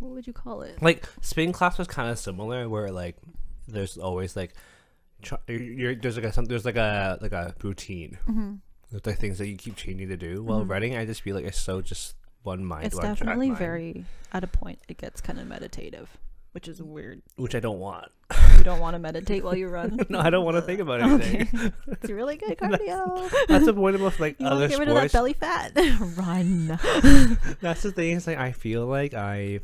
What would you call it?
like spin class was kind of similar where like there's always like tr- you're, there's like a some, there's like a like a routine there's like things that you keep changing to do while running i just feel like it's so just one mind
Mm-hmm. It's
one track
definitely
mind.
very at a point. It gets kind of meditative. which is weird.
which I don't want.
You don't want to meditate while you run.
no, I don't want to think about
Okay.
anything.
It's really good cardio.
That's the point of like
You want to
other
get rid of that
sports.
belly fat? run.
That's the thing. Is like I feel like I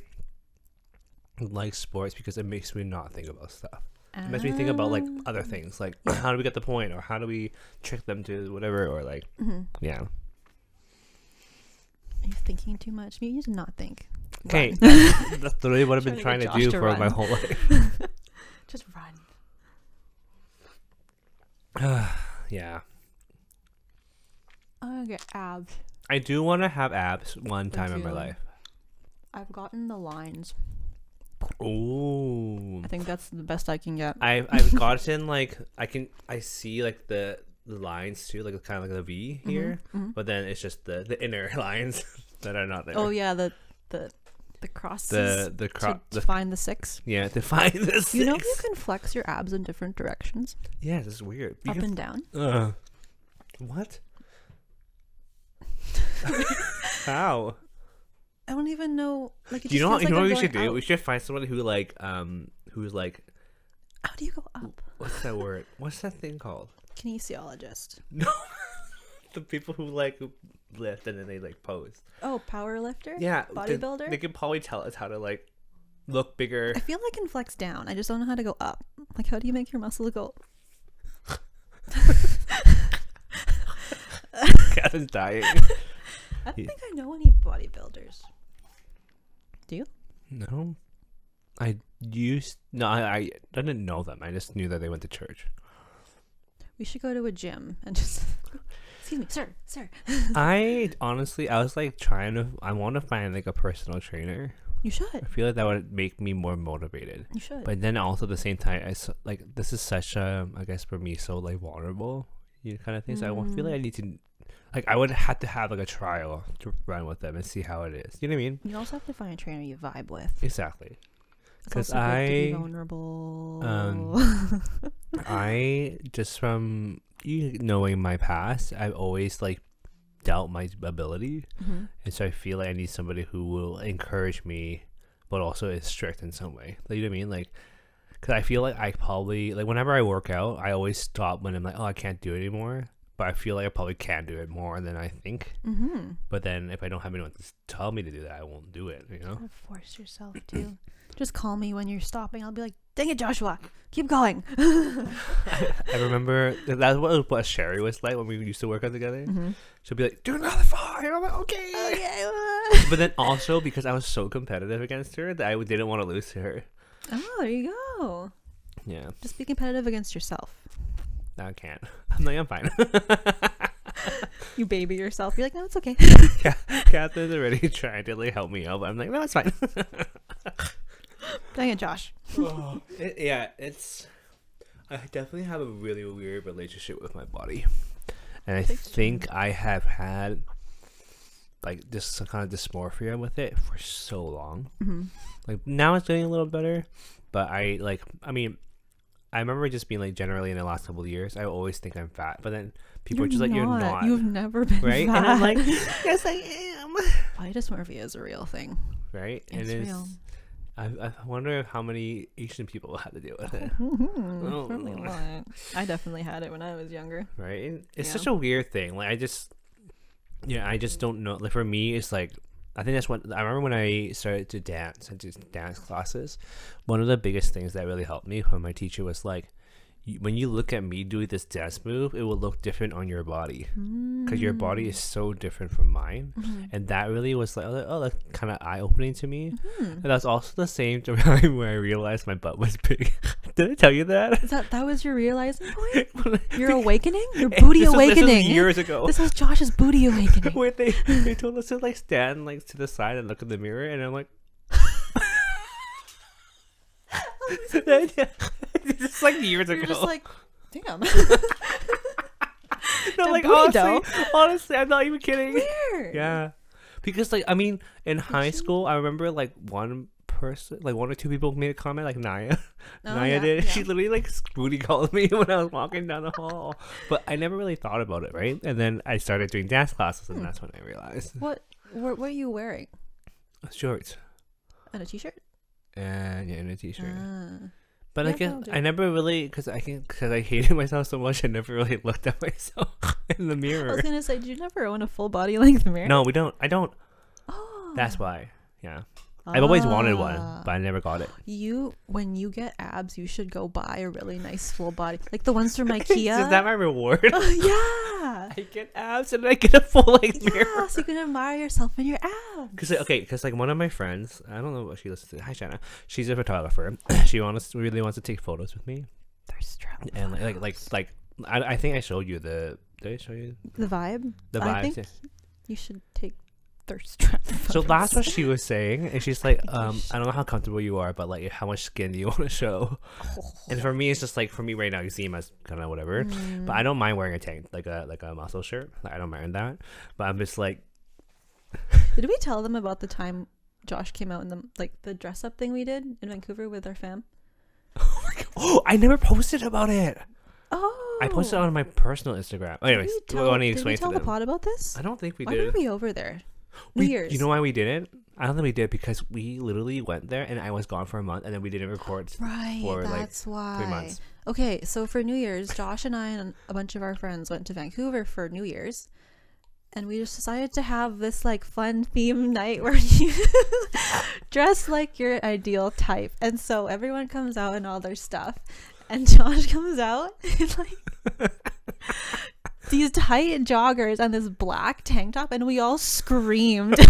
like sports because it makes me not think about stuff. It makes me think about like other things, like how do we get the point, or how do we trick them to whatever, or like
Mhm.
yeah.
You're thinking too much. You need to not think.
Okay,
Run.
that's that's literally what I've been
Trying
trying
to
to,
get Josh
do
to
for my
run.
whole life.
Just run.
yeah,
I'm gonna get abs.
I do want to have abs one time in my
do.
life.
I've gotten the lines.
Ooh,
I think that's the best I can get.
I've I've gotten like I can I see like the the lines too, like kind of like the V
Mm-hmm.
here, but then it's just the the inner lines that are not there.
Oh yeah, the the the crosses
the the
to,
crop
to
the
find the six.
yeah define this.
You know you can flex your abs in different directions,
yeah, this is weird. You
up
can-
and down.
Ugh. Uh. what? How?
I don't even know. Like it
you
just
know,
feels
what- you
like
know
I'm
what we should
going
do?
out.
We should find somebody who like um who's like
How do you go up?
what's that word? What's that thing called?
Kinesiologist.
No, the people who like lift and then they like pose.
Oh, power lifter.
Yeah, they-
Bodybuilder?
They can probably tell us how to like look bigger.
I feel like I can flex down. I just don't know how to go up. Like, how do you make your muscles go?
Kevin's dying.
I don't
Yeah.
think I know any bodybuilders.
No, I used no. I, I didn't know them. I just knew that they went to church.
We should go to a gym and just. Excuse me, sir, sir.
I honestly, I was like trying to. I want to find like a personal trainer.
You should.
I feel like that would make me more motivated.
You should.
But then also at the same time, I s- like this is such a I guess for me so like vulnerable, you know, kind of thing. So I won't feel like I need to, like I would have to have like a trial to run with them and see how it is. You know what I mean?
you also have to find a trainer you vibe with.
Exactly.
It's
'Cause
also good to be
I,
vulnerable.
um, I just from you knowing my past, I've always like doubt my ability,
Mhm.
and so I feel like I need somebody who will encourage me, but also is strict in some way. Like, you know what I mean? Like, because I feel like I probably like whenever I work out, I always stop when I'm like, oh, I can't do it anymore. But I feel like I probably can do it more than I think.
Mhm.
But then if I don't have anyone to s- tell me to do that, I won't do it. You know?
Gotta force yourself to. Just call me when you're stopping. I'll be like, "Dang it, Joshua, keep going."
I remember that's what what Sherry was like when we used to work out together.
Mhm.
She'll be like, do another five. I'm like, okay.
Oh, Okay.
But then also because I was so competitive against her that I didn't want to lose to her.
oh, there you go.
Yeah,
Just be competitive against yourself.
I can't. I'm like, I'm fine.
You baby yourself. You're like, no, it's okay.
Catherine's already trying to like help me out, but I'm like, no, it's fine.
Dang it, Josh.
It- yeah, it's. I definitely have a really weird relationship with my body, and I think I have had like this some kind of dysmorphia with it for so long. Like now it's getting a little better, but I like. I mean, I remember just being like generally in the last couple of years, I always think I'm fat, but then people are just like, "You're not."
You've never been
Right?
fat.
And I'm like, yes, I am.
body dysmorphia is a real thing.
Right?
It's
and
real.
I, I wonder how many Asian people had to deal with it. Oh.
Probably a lot. I definitely had it when I was younger.
right? It's
Yeah.
such a weird thing. Like I just, yeah, I just don't know. Like for me, it's like I think that's what I remember when I started to dance and just dance classes. One of the biggest things that really helped me when my teacher was like, "You- "When you look at me doing this dance move, it will look different on your body because your
Mm.
body is so different from mine."
Mm-hmm.
And that really was like, "Oh, that's kind of eye opening to me."
Mm-hmm.
And that's also the same time where I realized my butt was big. Did I tell you that?
Is that that was your realizing point? Your
Because-
awakening? Your booty
This was- this was
awakening.
years ago.
This was Josh's booty awakening.
where they they told us to like stand like to the side and look in the mirror, and I'm like, this is like years
You're
ago.
just like, damn.
no,
"That
like
booty
honestly, honestly, I'm not even kidding.
Weird.
Yeah, because like I mean, in high school, I remember like one person, like one or two people made a comment, like Naya.
Oh,
Naya
yeah,
did.
yeah.
She literally like booty called me when I was walking down the hall, but I never really thought about it, right? And then I started doing dance classes,
Hmm.
and that's when I realized uh,
What, what what are you wearing?
shorts.
And a t-shirt?
and yeah, and a t-shirt.
Ah.
But I
Yeah,
guess
that'll do.
I never really because I can because I hated myself so much. I never really looked at myself in the
I was
mirror.
gonna say, did you never own a full body length mirror?
No, we don't. I don't.
Oh.
That's why. Yeah, I've always wanted one,
Ah.
but I never got it.
You, when you get abs, you should go buy a really nice full body, like the ones from IKEA. Oh,
Is that my reward?
yeah.
I get abs and I get a full length mirror.
Yeah, so you can admire yourself in your abs.
Cause like, okay, cause like one of my friends, I don't know what she listens to. Hi, Shanna. She's a photographer. she wants really wants to take photos with me,
Thirst trap.
and like like like, like I, I think I showed you the. Did I show you
The vibe.
the
I
vibes?
think
Yeah.
You should take thirst trap.
So
photos.
that's what she was saying, and she's like,
think you
um,
should.
I don't know how comfortable you are, but like, how much skin do you want to show? And for me, it's just like for me right now, you see him as kind of whatever,
Mm-hmm.
but I don't mind wearing a tank, like a like a muscle shirt. Like, I don't mind that, but I'm just like,
Did we tell them about the time Josh came out in the like the dress up thing we did in Vancouver with our fam?
oh, I never posted about it.
Oh,
I posted it on my personal Instagram.
Did
Anyways,
we
do I
tell-
want to
did we
explain
tell
to
the
them?
pod about this?
I don't think we
Why
did.
were we over there?
We-
Weird.
You know why we didn't? I don't think we did because we literally went there and I was gone for a month, and then we didn't record.
Right,
for, like,
that's why.
months.
Okay, so for New Year's, Josh and I and a bunch of our friends went to Vancouver for New Year's, and we just decided to have this like fun theme night where you dress like your ideal type, and so everyone comes out in all their stuff, and Josh comes out in like. These tight joggers and this black tank top, and we all screamed.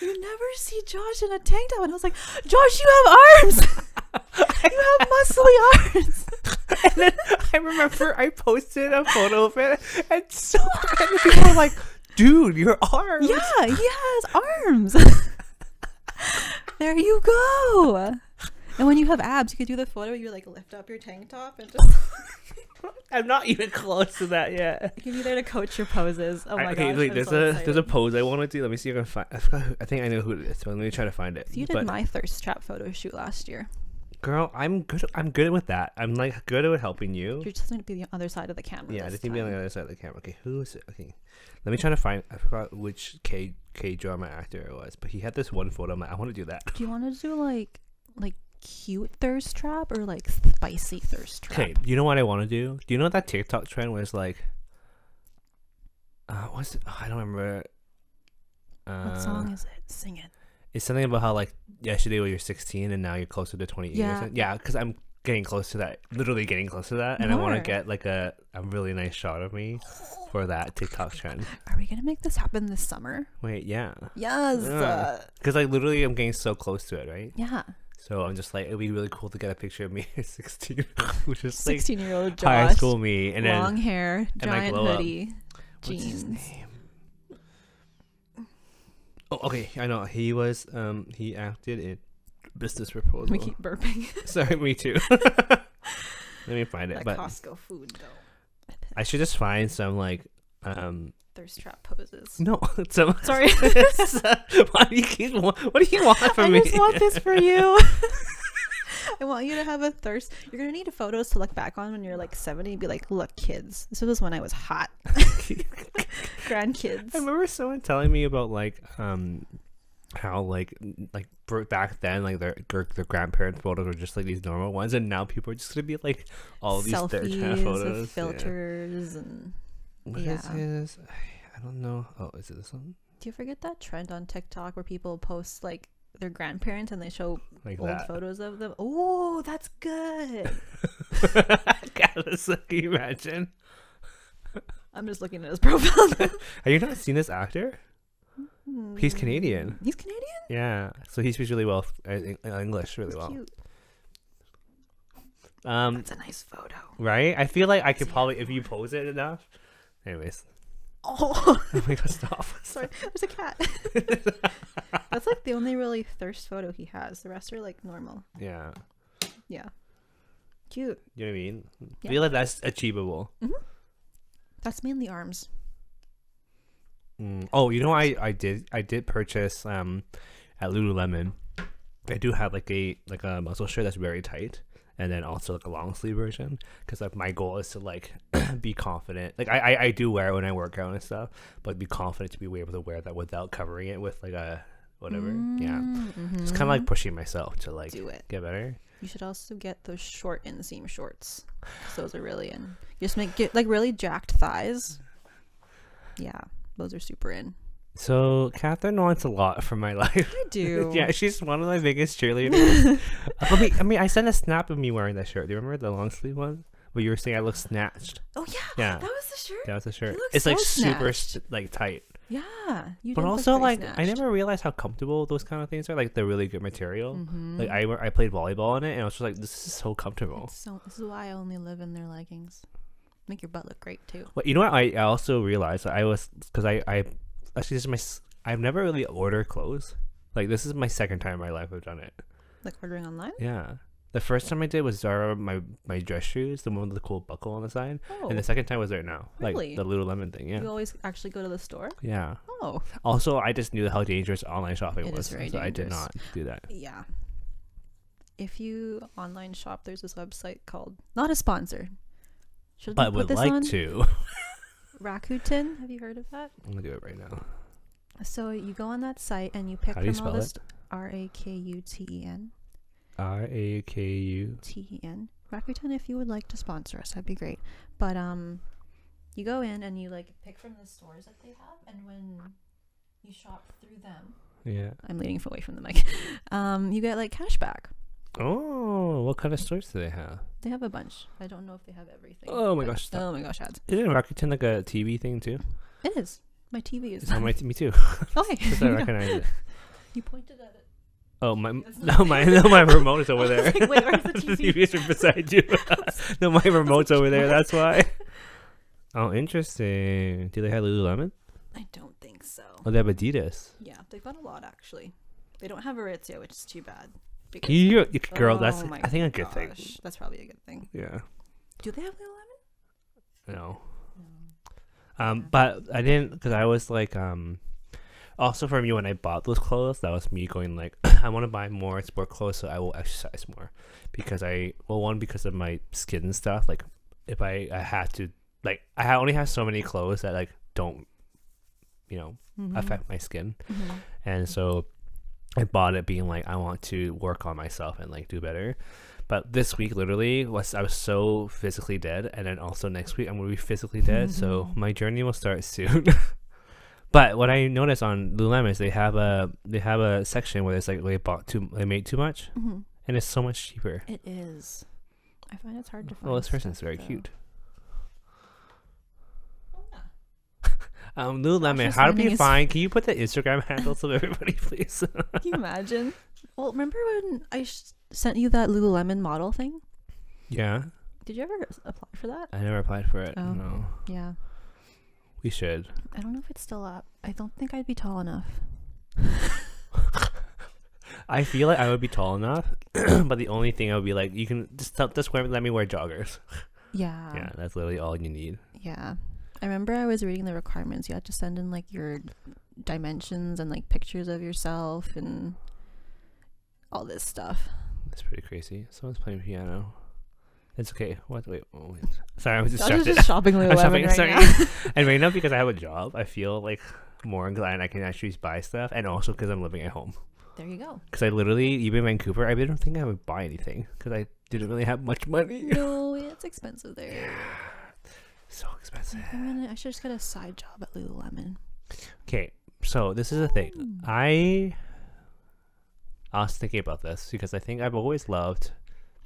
you never see Josh in a tank top, and I was like, Josh, you have arms. You have muscly arms.
And then I remember I posted a photo of it, and so many people were like, "Dude, your arms!"
Yeah, he has arms. there you go. And when you have abs, you could do the photo. where You like lift up your tank top and just
I'm not even close to that yet.
you can be there to coach your poses. Oh
I-
my
okay,
gosh,
wait,
I'm
there's
so
a
excited.
there's a pose I want to do. Let me see if I can find. I, forgot who, I think I know who it is. So let me try to find it.
You did
But,
my thirst trap photo shoot last year.
girl, I'm good. I'm good with that. I'm like good at helping you.
You're just going to be the other side of the camera.
Yeah, I
this
just need to be on the
time.
other side of the camera. Okay, who is it? Okay, let me try to find. I forgot which K K drama actor it was, but he had this one photo. I'm like, I want to do that.
Do you want to do like like cute thirst trap or like spicy thirst trap?
Okay, you know what I want to do? Do you know that TikTok trend where it's like, uh, what's it? oh, I don't remember. Uh,
What song is it? Sing it.
It's something about how like yesterday when you're 16 and now you're closer to 28.
Yeah.
Yeah, yeah, because I'm getting close to that, literally getting close to that, and I want
More.
to get like a a really nice shot of me for that TikTok trend.
Are we going to make this happen this summer?
Wait, yeah,
Yes.
Yeah.
Uh,
because like literally I'm getting so close to it, right?
yeah.
So I'm just like, it'd be really cool to get a picture of me at 16, which is like
16 year old Josh.
high school me, and then
long hair,
and I
giant
glow up.
hoodie,
What's his
jeans.
name? Oh, okay. I know he was. Um, he acted in Business Proposal.
We keep burping.
Sorry, me too. Let me find it.
that
but
Costco food though.
I should just find some like. Um,
Thirst trap poses.
no. Some,
Sorry.
why do you keep? wa- What do you want
I
from me?
just want this for you. I want you to have a thirst. You're gonna need photos to look back on when you're like 70 and be like, "Look, kids, this was when I was hot."
I
Grandkids.
remember someone telling me about like um how like n- like br- back then like their their, their grandparents' photos were just like these normal ones, and now people are just gonna be like all these third
Selfies
hand photos.
with filters and.
Yeah. What is
yeah.
this? I don't know. Oh, is it this one?
Do you forget that trend on TikTok where people post like their grandparents and they show
Like
old
that.
photos of them? Oh, that's good.
God, that's like, can you imagine?
I'm just looking at his profile. Hmm.
Have you not seen this actor? He's Canadian.
He's Canadian.
Yeah, so he speaks really well uh, Eng- uh, English, really
That's
well.
cute.
Um,
That's a nice photo.
right? I feel like I could
See
probably if you pose it enough. Anyways,
Oh,
oh my god, stop.
sorry. There's a cat. That's like the only really thirst photo he has. The rest are like normal.
Yeah.
Yeah. Cute.
You know what I mean?
Yeah.
feel like that's achievable.
That's mainly arms.
Mm. Oh, you know, I I did I did purchase um at Lululemon. I do have like a like a muscle shirt that's very tight, and then also like a long sleeve version because like my goal is to like be confident. Like I, I I do wear it when I work out and stuff, but be confident to be able to wear that without covering it with like a whatever. Yeah. It's kind of like pushing myself to like
Mm-hmm. Mm. Do it.
get better.
You should also get those short inseam shorts. 'cause those are really in. You just make get like really jacked thighs. Yeah, those are super in.
So Catherine wants a lot from my life.
I do.
yeah, she's one of my biggest cheerleaders. I, mean, I mean, I sent a snap of me wearing that shirt. Do you remember the long sleeve one? Where you were saying I look snatched.
Oh yeah.
Yeah,
That was the shirt.
that was the shirt.
look
It's like
so
super
snatched.
st- like tight.
Yeah. You
but
did look
also
very
like I
snatched.
never realized how comfortable those kind of things are. Like they're really good material.
Mm-hmm.
Like I wor- I played volleyball in it, and I was just like, this is so comfortable.
So this is why I only live in their leggings. Make your butt look great too.
But you know what? I, I also realized that I was because I I actually this is my s- I've never really ordered clothes. Like this is my second time in my life I've done it.
Like ordering online.
Yeah. The first time I did was Zara my my dress shoes, the one with the cool buckle on the side,
Oh,
and the second time was right now,
Really?
like the Lululemon thing. Yeah.
you always actually go to the store.
yeah.
Oh,
Also, I just knew how dangerous online shopping
It is
was,
very
so I did
dangerous.
not do that.
yeah. If you online shop, there's this website called not a sponsor. Should we
But
put
would
this
like
on
to.
Rakuten? Have you heard of that?
I'm gonna do it right now.
So you go on that site and you pick
How do
from
you
all
spell
the
it?
st- R A K U T E N
R A K U.
T E N Rakuten. If you would like to sponsor us, that'd be great. But um, you go in and you like pick from the stores that they have, and when you shop through them,
Yeah.
I'm leaning away from the mic. Um, you get like cash back.
Oh, what kind of stores do they have?
They have a bunch. I don't know if they have everything.
Oh my
but-
gosh, stop.
Oh my gosh, ads.
Isn't Rakuten like a TV thing too?
It is. My TV is.
It's on my t- me too.
okay.
Just I recognize it.
You pointed at it.
Oh my!
It's
No, my no, my remote is over
I
there.
was like, wait, where's the TV?
TV is right beside you. no, my remote's over there. That's why. Oh, interesting. Do they have Lululemon?
I don't think so.
Oh, they have Adidas.
Yeah, they've got a lot actually. They don't have Aritzia, which is too bad. because-
You, you girl, that's
Oh my
I think a good thing.
gosh, That's probably a good thing.
Yeah.
Do they have Lululemon?
No.
No.
Um,
Yeah.
but I didn't because I was like, um, also for me when I bought those clothes, that was me going like, I want to buy more sport clothes so I will exercise more because I well one because of my skin stuff. Like if I I have to like I ha- only have so many clothes that like don't you know
Mm-hmm.
affect my skin,
Mhm.
and so I bought it being like I want to work on myself and like do better. But this week literally was I was so physically dead and then also next week I'm gonna be physically dead, so my journey will start soon. but what I noticed on Lululemon is they have a they have a section where it's like they bought too they made too much
Mhm.
and it's so much cheaper.
It is. I find it's hard to find.
Oh, this person's
stuff,
very
though.
cute.
Oh, yeah.
Um, Lululemon,
Josh
how do
finding
we
his-
find? Can you put the Instagram handles of everybody, please?
Can you imagine? Well, remember when I sh- sent you that Lululemon model thing?
yeah,
Did you ever s- apply for that?
I never applied for it.
Oh.
No,
Yeah.
we should.
I don't know if it's still up. I don't think I'd be tall enough.
I feel like I would be tall enough, but the only thing I would be like, you can just tell, just wear, let me wear joggers.
Yeah.
yeah, that's literally all you need.
Yeah. I remember I was reading the requirements. You had to send in like your dimensions and like pictures of yourself and all this stuff.
That's pretty crazy. Someone's playing piano. It's okay. What? Wait. oh, wait. Sorry, I was
I was
distracted.
just shopping Lululemon
I'm shopping.
right
sorry.
now.
and right now, because I have a job, I feel like more inclined I can actually buy stuff, and also because I'm living at home.
There you go.
Because I literally, even in Vancouver, I don't think I would buy anything because I didn't really have much money.
No, it's expensive there.
So expensive.
Like, I'm gonna, I should just get a side job at Lululemon.
Okay, so this is the thing.
Mm.
I I was thinking about this because I think I've always loved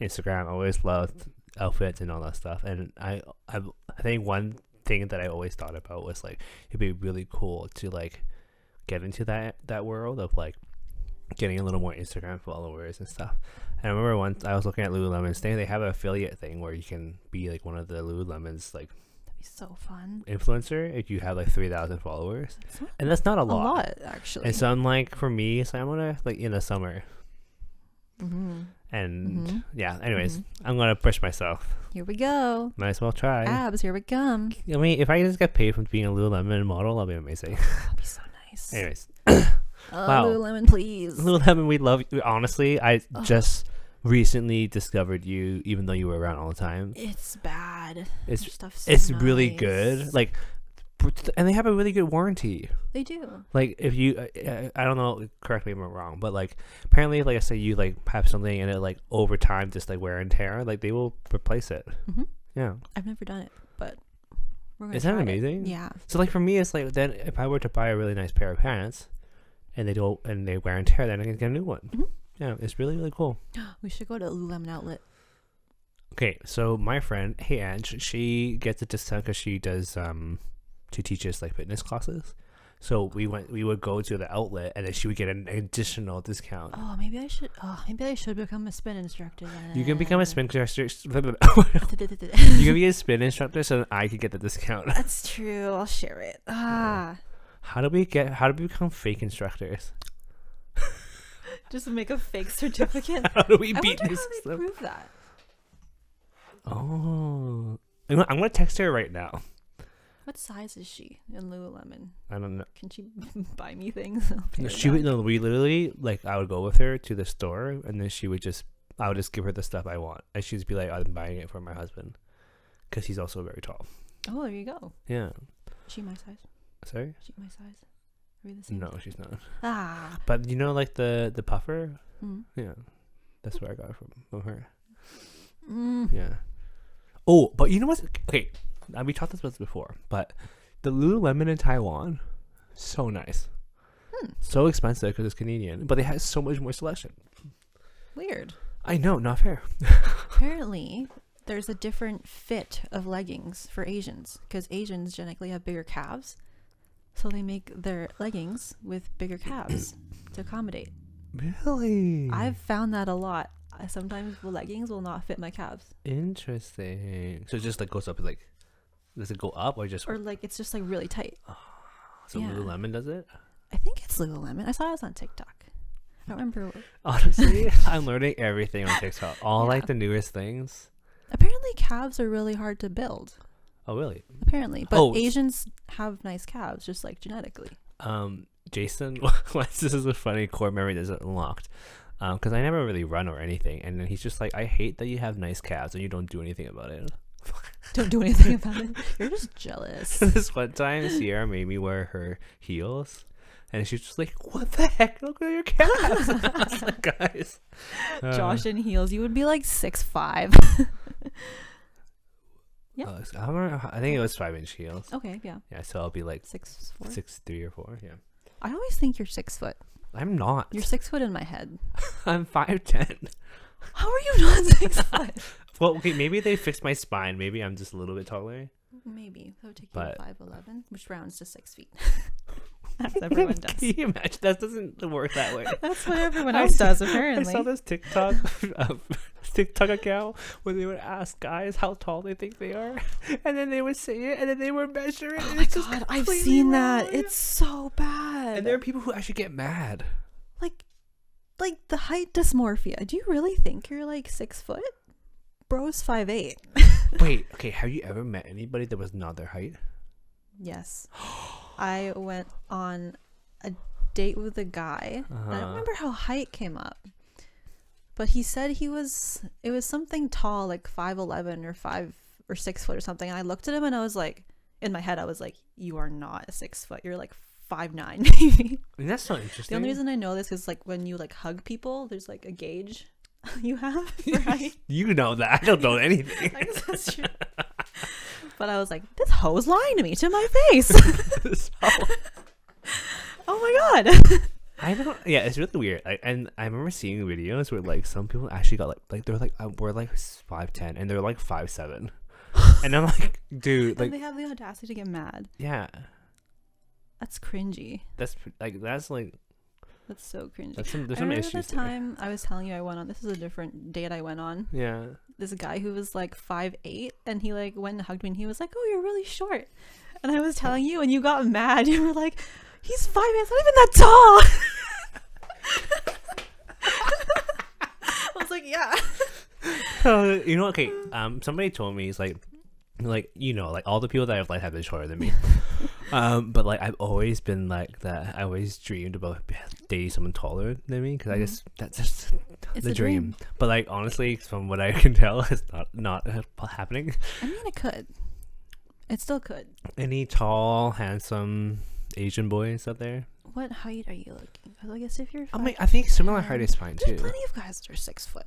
Instagram. I always loved outfits and all that stuff. And I I, I think one thing that I always thought about was like it'd be really cool to like get into that that world of like getting a little more Instagram followers and stuff. And I remember once I was looking at Lululemon's thing. They have an affiliate thing where you can be like one of the Lululemon's like
That'd be so fun.
influencer if you have like three thousand followers,
That's not
and that's not a
a
lot.
lot, actually.
And so I'm like, for me, so I'm gonna like in the summer,
hmm
and
Mhm.
yeah. Anyways, I'm gonna push myself.
Here we go.
Might as well try.
Abs, here we come.
I mean, if I just get paid from being a Lululemon model, that'll be amazing.
That'd be so nice.
anyways,
Oh,
wow.
Lululemon, please.
Lululemon, we love you. Honestly, I
Ugh.
just recently discovered you, even though you were around all the time.
It's bad.
It's
Your stuff's so
it's really
nice.
good. Like But- And they have a really good warranty.
They do.
Like if you, I- I, I don't know, correct me if I'm wrong, but like apparently, like I say, you like have something and it like over time, just like wear and tear, like they will replace it.
hmm
Yeah,
I've never done it, but we're gonna
is that
try it.
amazing?
Yeah.
So like for me, it's like then if I were to buy a really nice pair of pants, and they don't and they wear and tear, then I can get a new one.
Mhm.
Yeah, it's really really cool.
We should go to Lululemon Outlet.
Okay, so my friend, hey Ange, she gets a discount because she does um, she teaches like fitness classes. So we went, we would go to the outlet, and then she would get an additional discount.
Oh, maybe I should. Oh, maybe I should become a spin instructor.
You can
Uh.
become a spin instructor. you can
Then.
be a spin instructor, so that I could get the discount.
That's true. I'll share it. Ah,
How do we get? How do we become fake instructors?
just make a fake certificate.
How do we
I
beat
wonder how
this
they
system?
prove that.
Oh, I'm gonna, I'm gonna text her right now.
What size is she in Lululemon?
I don't know.
Can she buy me things? I'll pay her
She would
back.
no. We literally like I would go with her to the store, and then she would just I would just give her the stuff I want, and she'd be like, "I'm buying it for my husband," because he's also very tall.
Oh, there you go.
Yeah.
She my size.
Sorry.
She my size. Are we the same?
No, she's not.
Ah.
But you know, like the the puffer.
Mm.
Yeah, that's where I got it from from her.
Mm.
Yeah. Oh, but you know what's okay? uh, We talked about this before, but the Lululemon in Taiwan, so nice,
Hmm.
so expensive because it's Canadian, but they had so much more selection.
Weird.
I know, not fair.
Apparently, there's a different fit of leggings for Asians because Asians genetically have bigger calves. So they make their leggings with bigger calves to accommodate.
Really?
I've found that a lot. I sometimes the leggings will not fit my calves,
interesting. So it just like goes up, like does it go up or just
or like it's just like really tight.
so
yeah.
Lululemon does it?
I think it's Lululemon. I saw it was on TikTok. I don't remember. what-
Honestly, I'm learning everything on TikTok. All
Yeah.
like the newest things.
Apparently, calves are really hard to build.
Oh really?
Apparently, but
Oh, it's-
Asians have nice calves, just like genetically.
um, Jason, once this is a funny core memory that's unlocked, because um, I never really run or anything, and then he's just like, I hate that you have nice calves and you don't do anything about it.
Don't do anything about it. You're just jealous.
this one time, Sierra made me wear her heels, and she's just like, What the heck? Look at your calves! I was like, Guys, uh,
Josh in heels, you would be like six five. yeah.
uh, I, don't know, how- I think it was five inch heels.
okay, yeah,
Yeah, so I'll be like
six four.
six three or four. Yeah,
I always think you're six foot.
I'm not.
You're six foot in my head.
I'm five ten.
How are you not six foot?
Well, okay, maybe they fixed my spine. Maybe I'm just a little bit taller.
Maybe that would take you
But-
five eleven, which rounds to six feet. That's everyone does.
Can you imagine? That doesn't work that way.
That's what everyone
I
else
see-
does,
I
apparently. Oh
saw this TikTok um, TikTok account where they would ask guys how tall they think they are, and then they would say it, and then they would measure it.
Oh
and
my
it's just
god, I've
completely
seen that.
wrong.
It's so bad.
and there are people who actually get mad.
like like the height dysmorphia. Do you really think you're like six foot? Bro's five eight.
Wait, okay, have you ever met anybody that was not their height?
Yes. I went on a date with a guy. I
Uh-huh.
don't remember how height came up. But he said he was it was something tall, like five eleven or five or six foot or something. And I looked at him and I was like in my head I was like, You are not six foot. You're like five nine maybe.
And that's not
The
interesting.
only reason I know this is like when you like hug people, there's like a gauge you have, right?
you know that I don't know anything.
I guess that's true. But I was like, this hoe's lying to me to my face.
So,
oh my god.
I don't. Yeah, it's really weird. I, and I remember seeing videos where like some people actually got like like they're like uh, we're like five ten and they're like five seven, and I'm like, dude,
and
like
they have the audacity to get mad.
yeah.
That's cringy.
That's pr- like that's like
That's so cringy.
that's some
I
there's some
remember
issues.
the
there.
time I was telling you I went on. This is a different date I went on.
Yeah.
This guy who was like five eight, and he like went and hugged me, and he was like, "Oh, you're really short." And I was telling you, and you got mad. You were like, "He's five eight. It's not even that tall." I was like, "Yeah."
Uh, you know, okay. Um, somebody told me he's like, like you know, like all the people that I've like have been shorter than me. um, but like I've always been like that. I always dreamed about dating someone taller than me
Mm-hmm.
because I just that's just
It's
the
a
dream.
dream.
But like honestly, from what I can tell, it's not not happening.
I mean, it could. It still could.
Any tall, handsome Asian boys out there?
What height are you looking? Well, I guess if you're.
I
Five,
mean, I think similar height
ten-
is fine
There's
too.
plenty of guys that are six foot.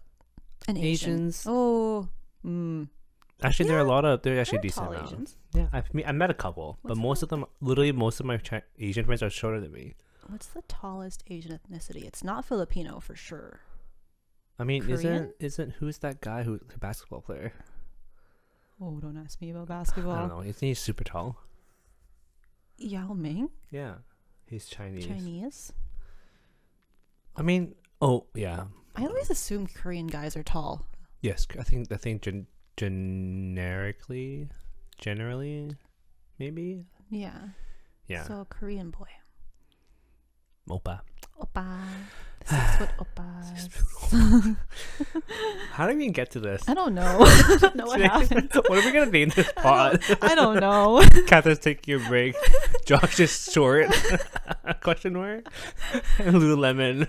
And Asian.
Asians,
Oh. Mm.
actually, there are a
yeah,
lot of they're actually
They're
decent.
tall
amount.
Asians.
Yeah, I've me- I met a couple, but
What's
most of them, literally most of my Chi- Asian friends are shorter than me.
What's the tallest Asian ethnicity? It's not Filipino for sure.
I mean, isn't
Korean?
isn't who's that guy who's a basketball player?
Oh, don't ask me about
I don't
basketball.
know. Isn't he super tall?
Yao Ming,
Yeah, he's Chinese.
Chinese.
I mean, oh yeah,
I always assume Korean guys are tall.
yes. I think I think gen- generically, generally, maybe.
Yeah.
Yeah,
So Korean boy.
Opa.
Oppa. Six foot oppa.
How did we even get to this?
I don't know. I don't know what
Today?
happened.
what are we gonna name this
I
pod?
don't, I don't know.
Catherine's taking a break. Josh is short. Question mark. And Lululemon.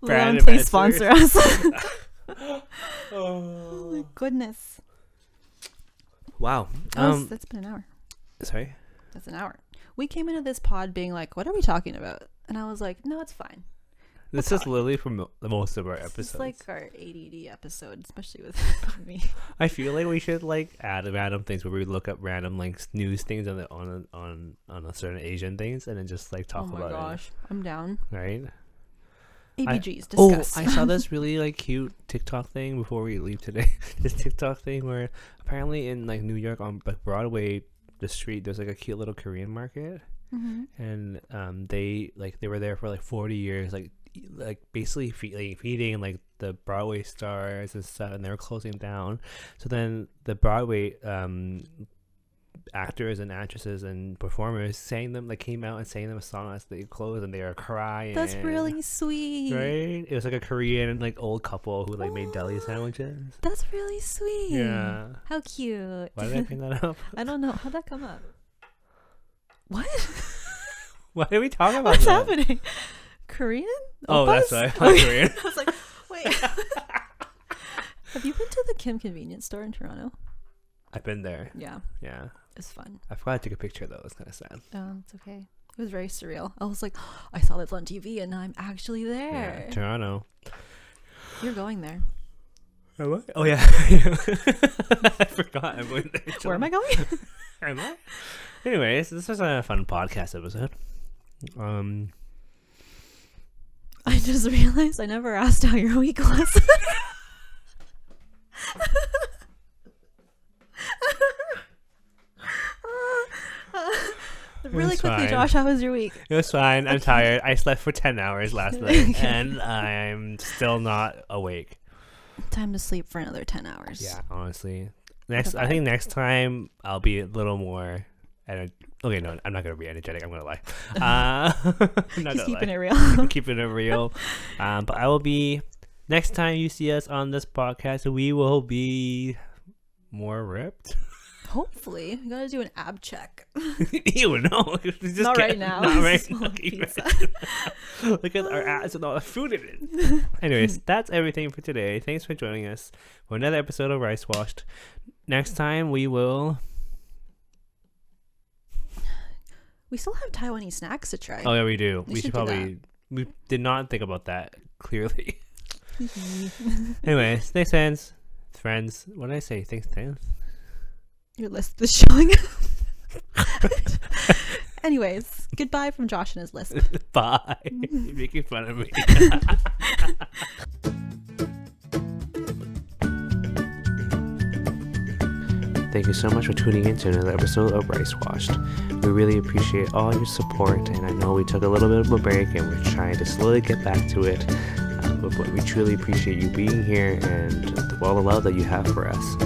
Brand
Lauren, please
ambassador.
sponsor us. oh my goodness.
Wow.
That was-
Um.
that's been an hour.
Sorry.
That's an hour. We came into this pod being like, what are we talking about? And I was like, no, it's fine.
This is literally for mo- the most of our
This
episodes.
is like our ADD episode, especially with me.
I feel like we should like add random things where we look up random like news things on the, on a, on on a certain Asian things and then just like talk
oh my
about
gosh. I'm down.
it, right?
ABGs,
Oh,
discuss.
I saw this really like cute TikTok thing before we leave today. this TikTok thing where apparently in like New York on like Broadway, the street there's like a cute little Korean market,
Mhm.
and um they like they were there for like 40 years, like e- like basically fe- like, feeding like the Broadway stars and stuff, and they were closing down. So then the Broadway um actors and actresses and performers sang them like came out and sang them a song as they closed, and they were crying.
That's really sweet.
Right? It was like a Korean like old couple who like made deli sandwiches.
That's really sweet.
Yeah.
How cute.
Why did I bring that up?
I don't know. How'd that come up? What?
Why did we talk about
What's
that?
happening? Korean?
Oh, that's
Oppas?
why I'm Korean.
I was like, wait. Have you been to the Kim convenience store in Toronto?
I've been there.
Yeah,
Yeah.
it's fun.
I forgot to take a picture though. It's kind of sad.
Oh, it's okay. It was very surreal. I was like, I saw this on TV and I'm actually there.
Yeah. Toronto.
You're going there.
Oh yeah. I forgot. I'm going there.
Where am I going?
Am I? Anyways, this was a fun podcast episode. Um.
I just realized I never asked how your week was. really
It's
quickly,
fine.
Josh, how was your week?
It was fine. I'm tired. I slept for 10 hours last night and I'm still not awake.
Time to sleep for another 10 hours.
Yeah, honestly. Next,
a
I think next time I'll be a little more. ener- Okay, no, I'm not gonna be energetic. I'm gonna lie. Uh, I'm not
He's
gonna
keeping
lie.
it real.
I'm keeping it real. Um, but I will be. Next time you see us on this podcast, we will be more ripped.
Hopefully, you gotta do an ab check.
you know, just
not
get-
right now.
Not
Just
right.
small
Okay,
pizza.
right. Look at our ass and all the food in it. Anyways, that's everything for today. Thanks for joining us for another episode of Rice Washed. Next time we will.
We still have Taiwanese snacks to try.
Oh yeah, we do.
We
We should,
should do that.
probably. We did not think about that clearly.
Your
Anyways, thanks, friends. Friends, what did I say? Thanks, friends.
list is showing up. Anyways, goodbye from Josh and his list.
Bye. You're making fun of me. Thank you so much for tuning in to another episode of Rice Washed. We really appreciate all your support, and I know we took a little bit of a break and we're trying to slowly get back to it. Um, but, but we truly appreciate you being here and all the love that you have for us.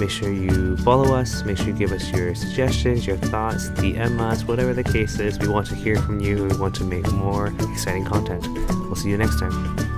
Make sure you follow us. Make sure you give us your suggestions, your thoughts, DM us, whatever the case is. We want to hear from you. and We want to make more exciting content. We'll see you next time.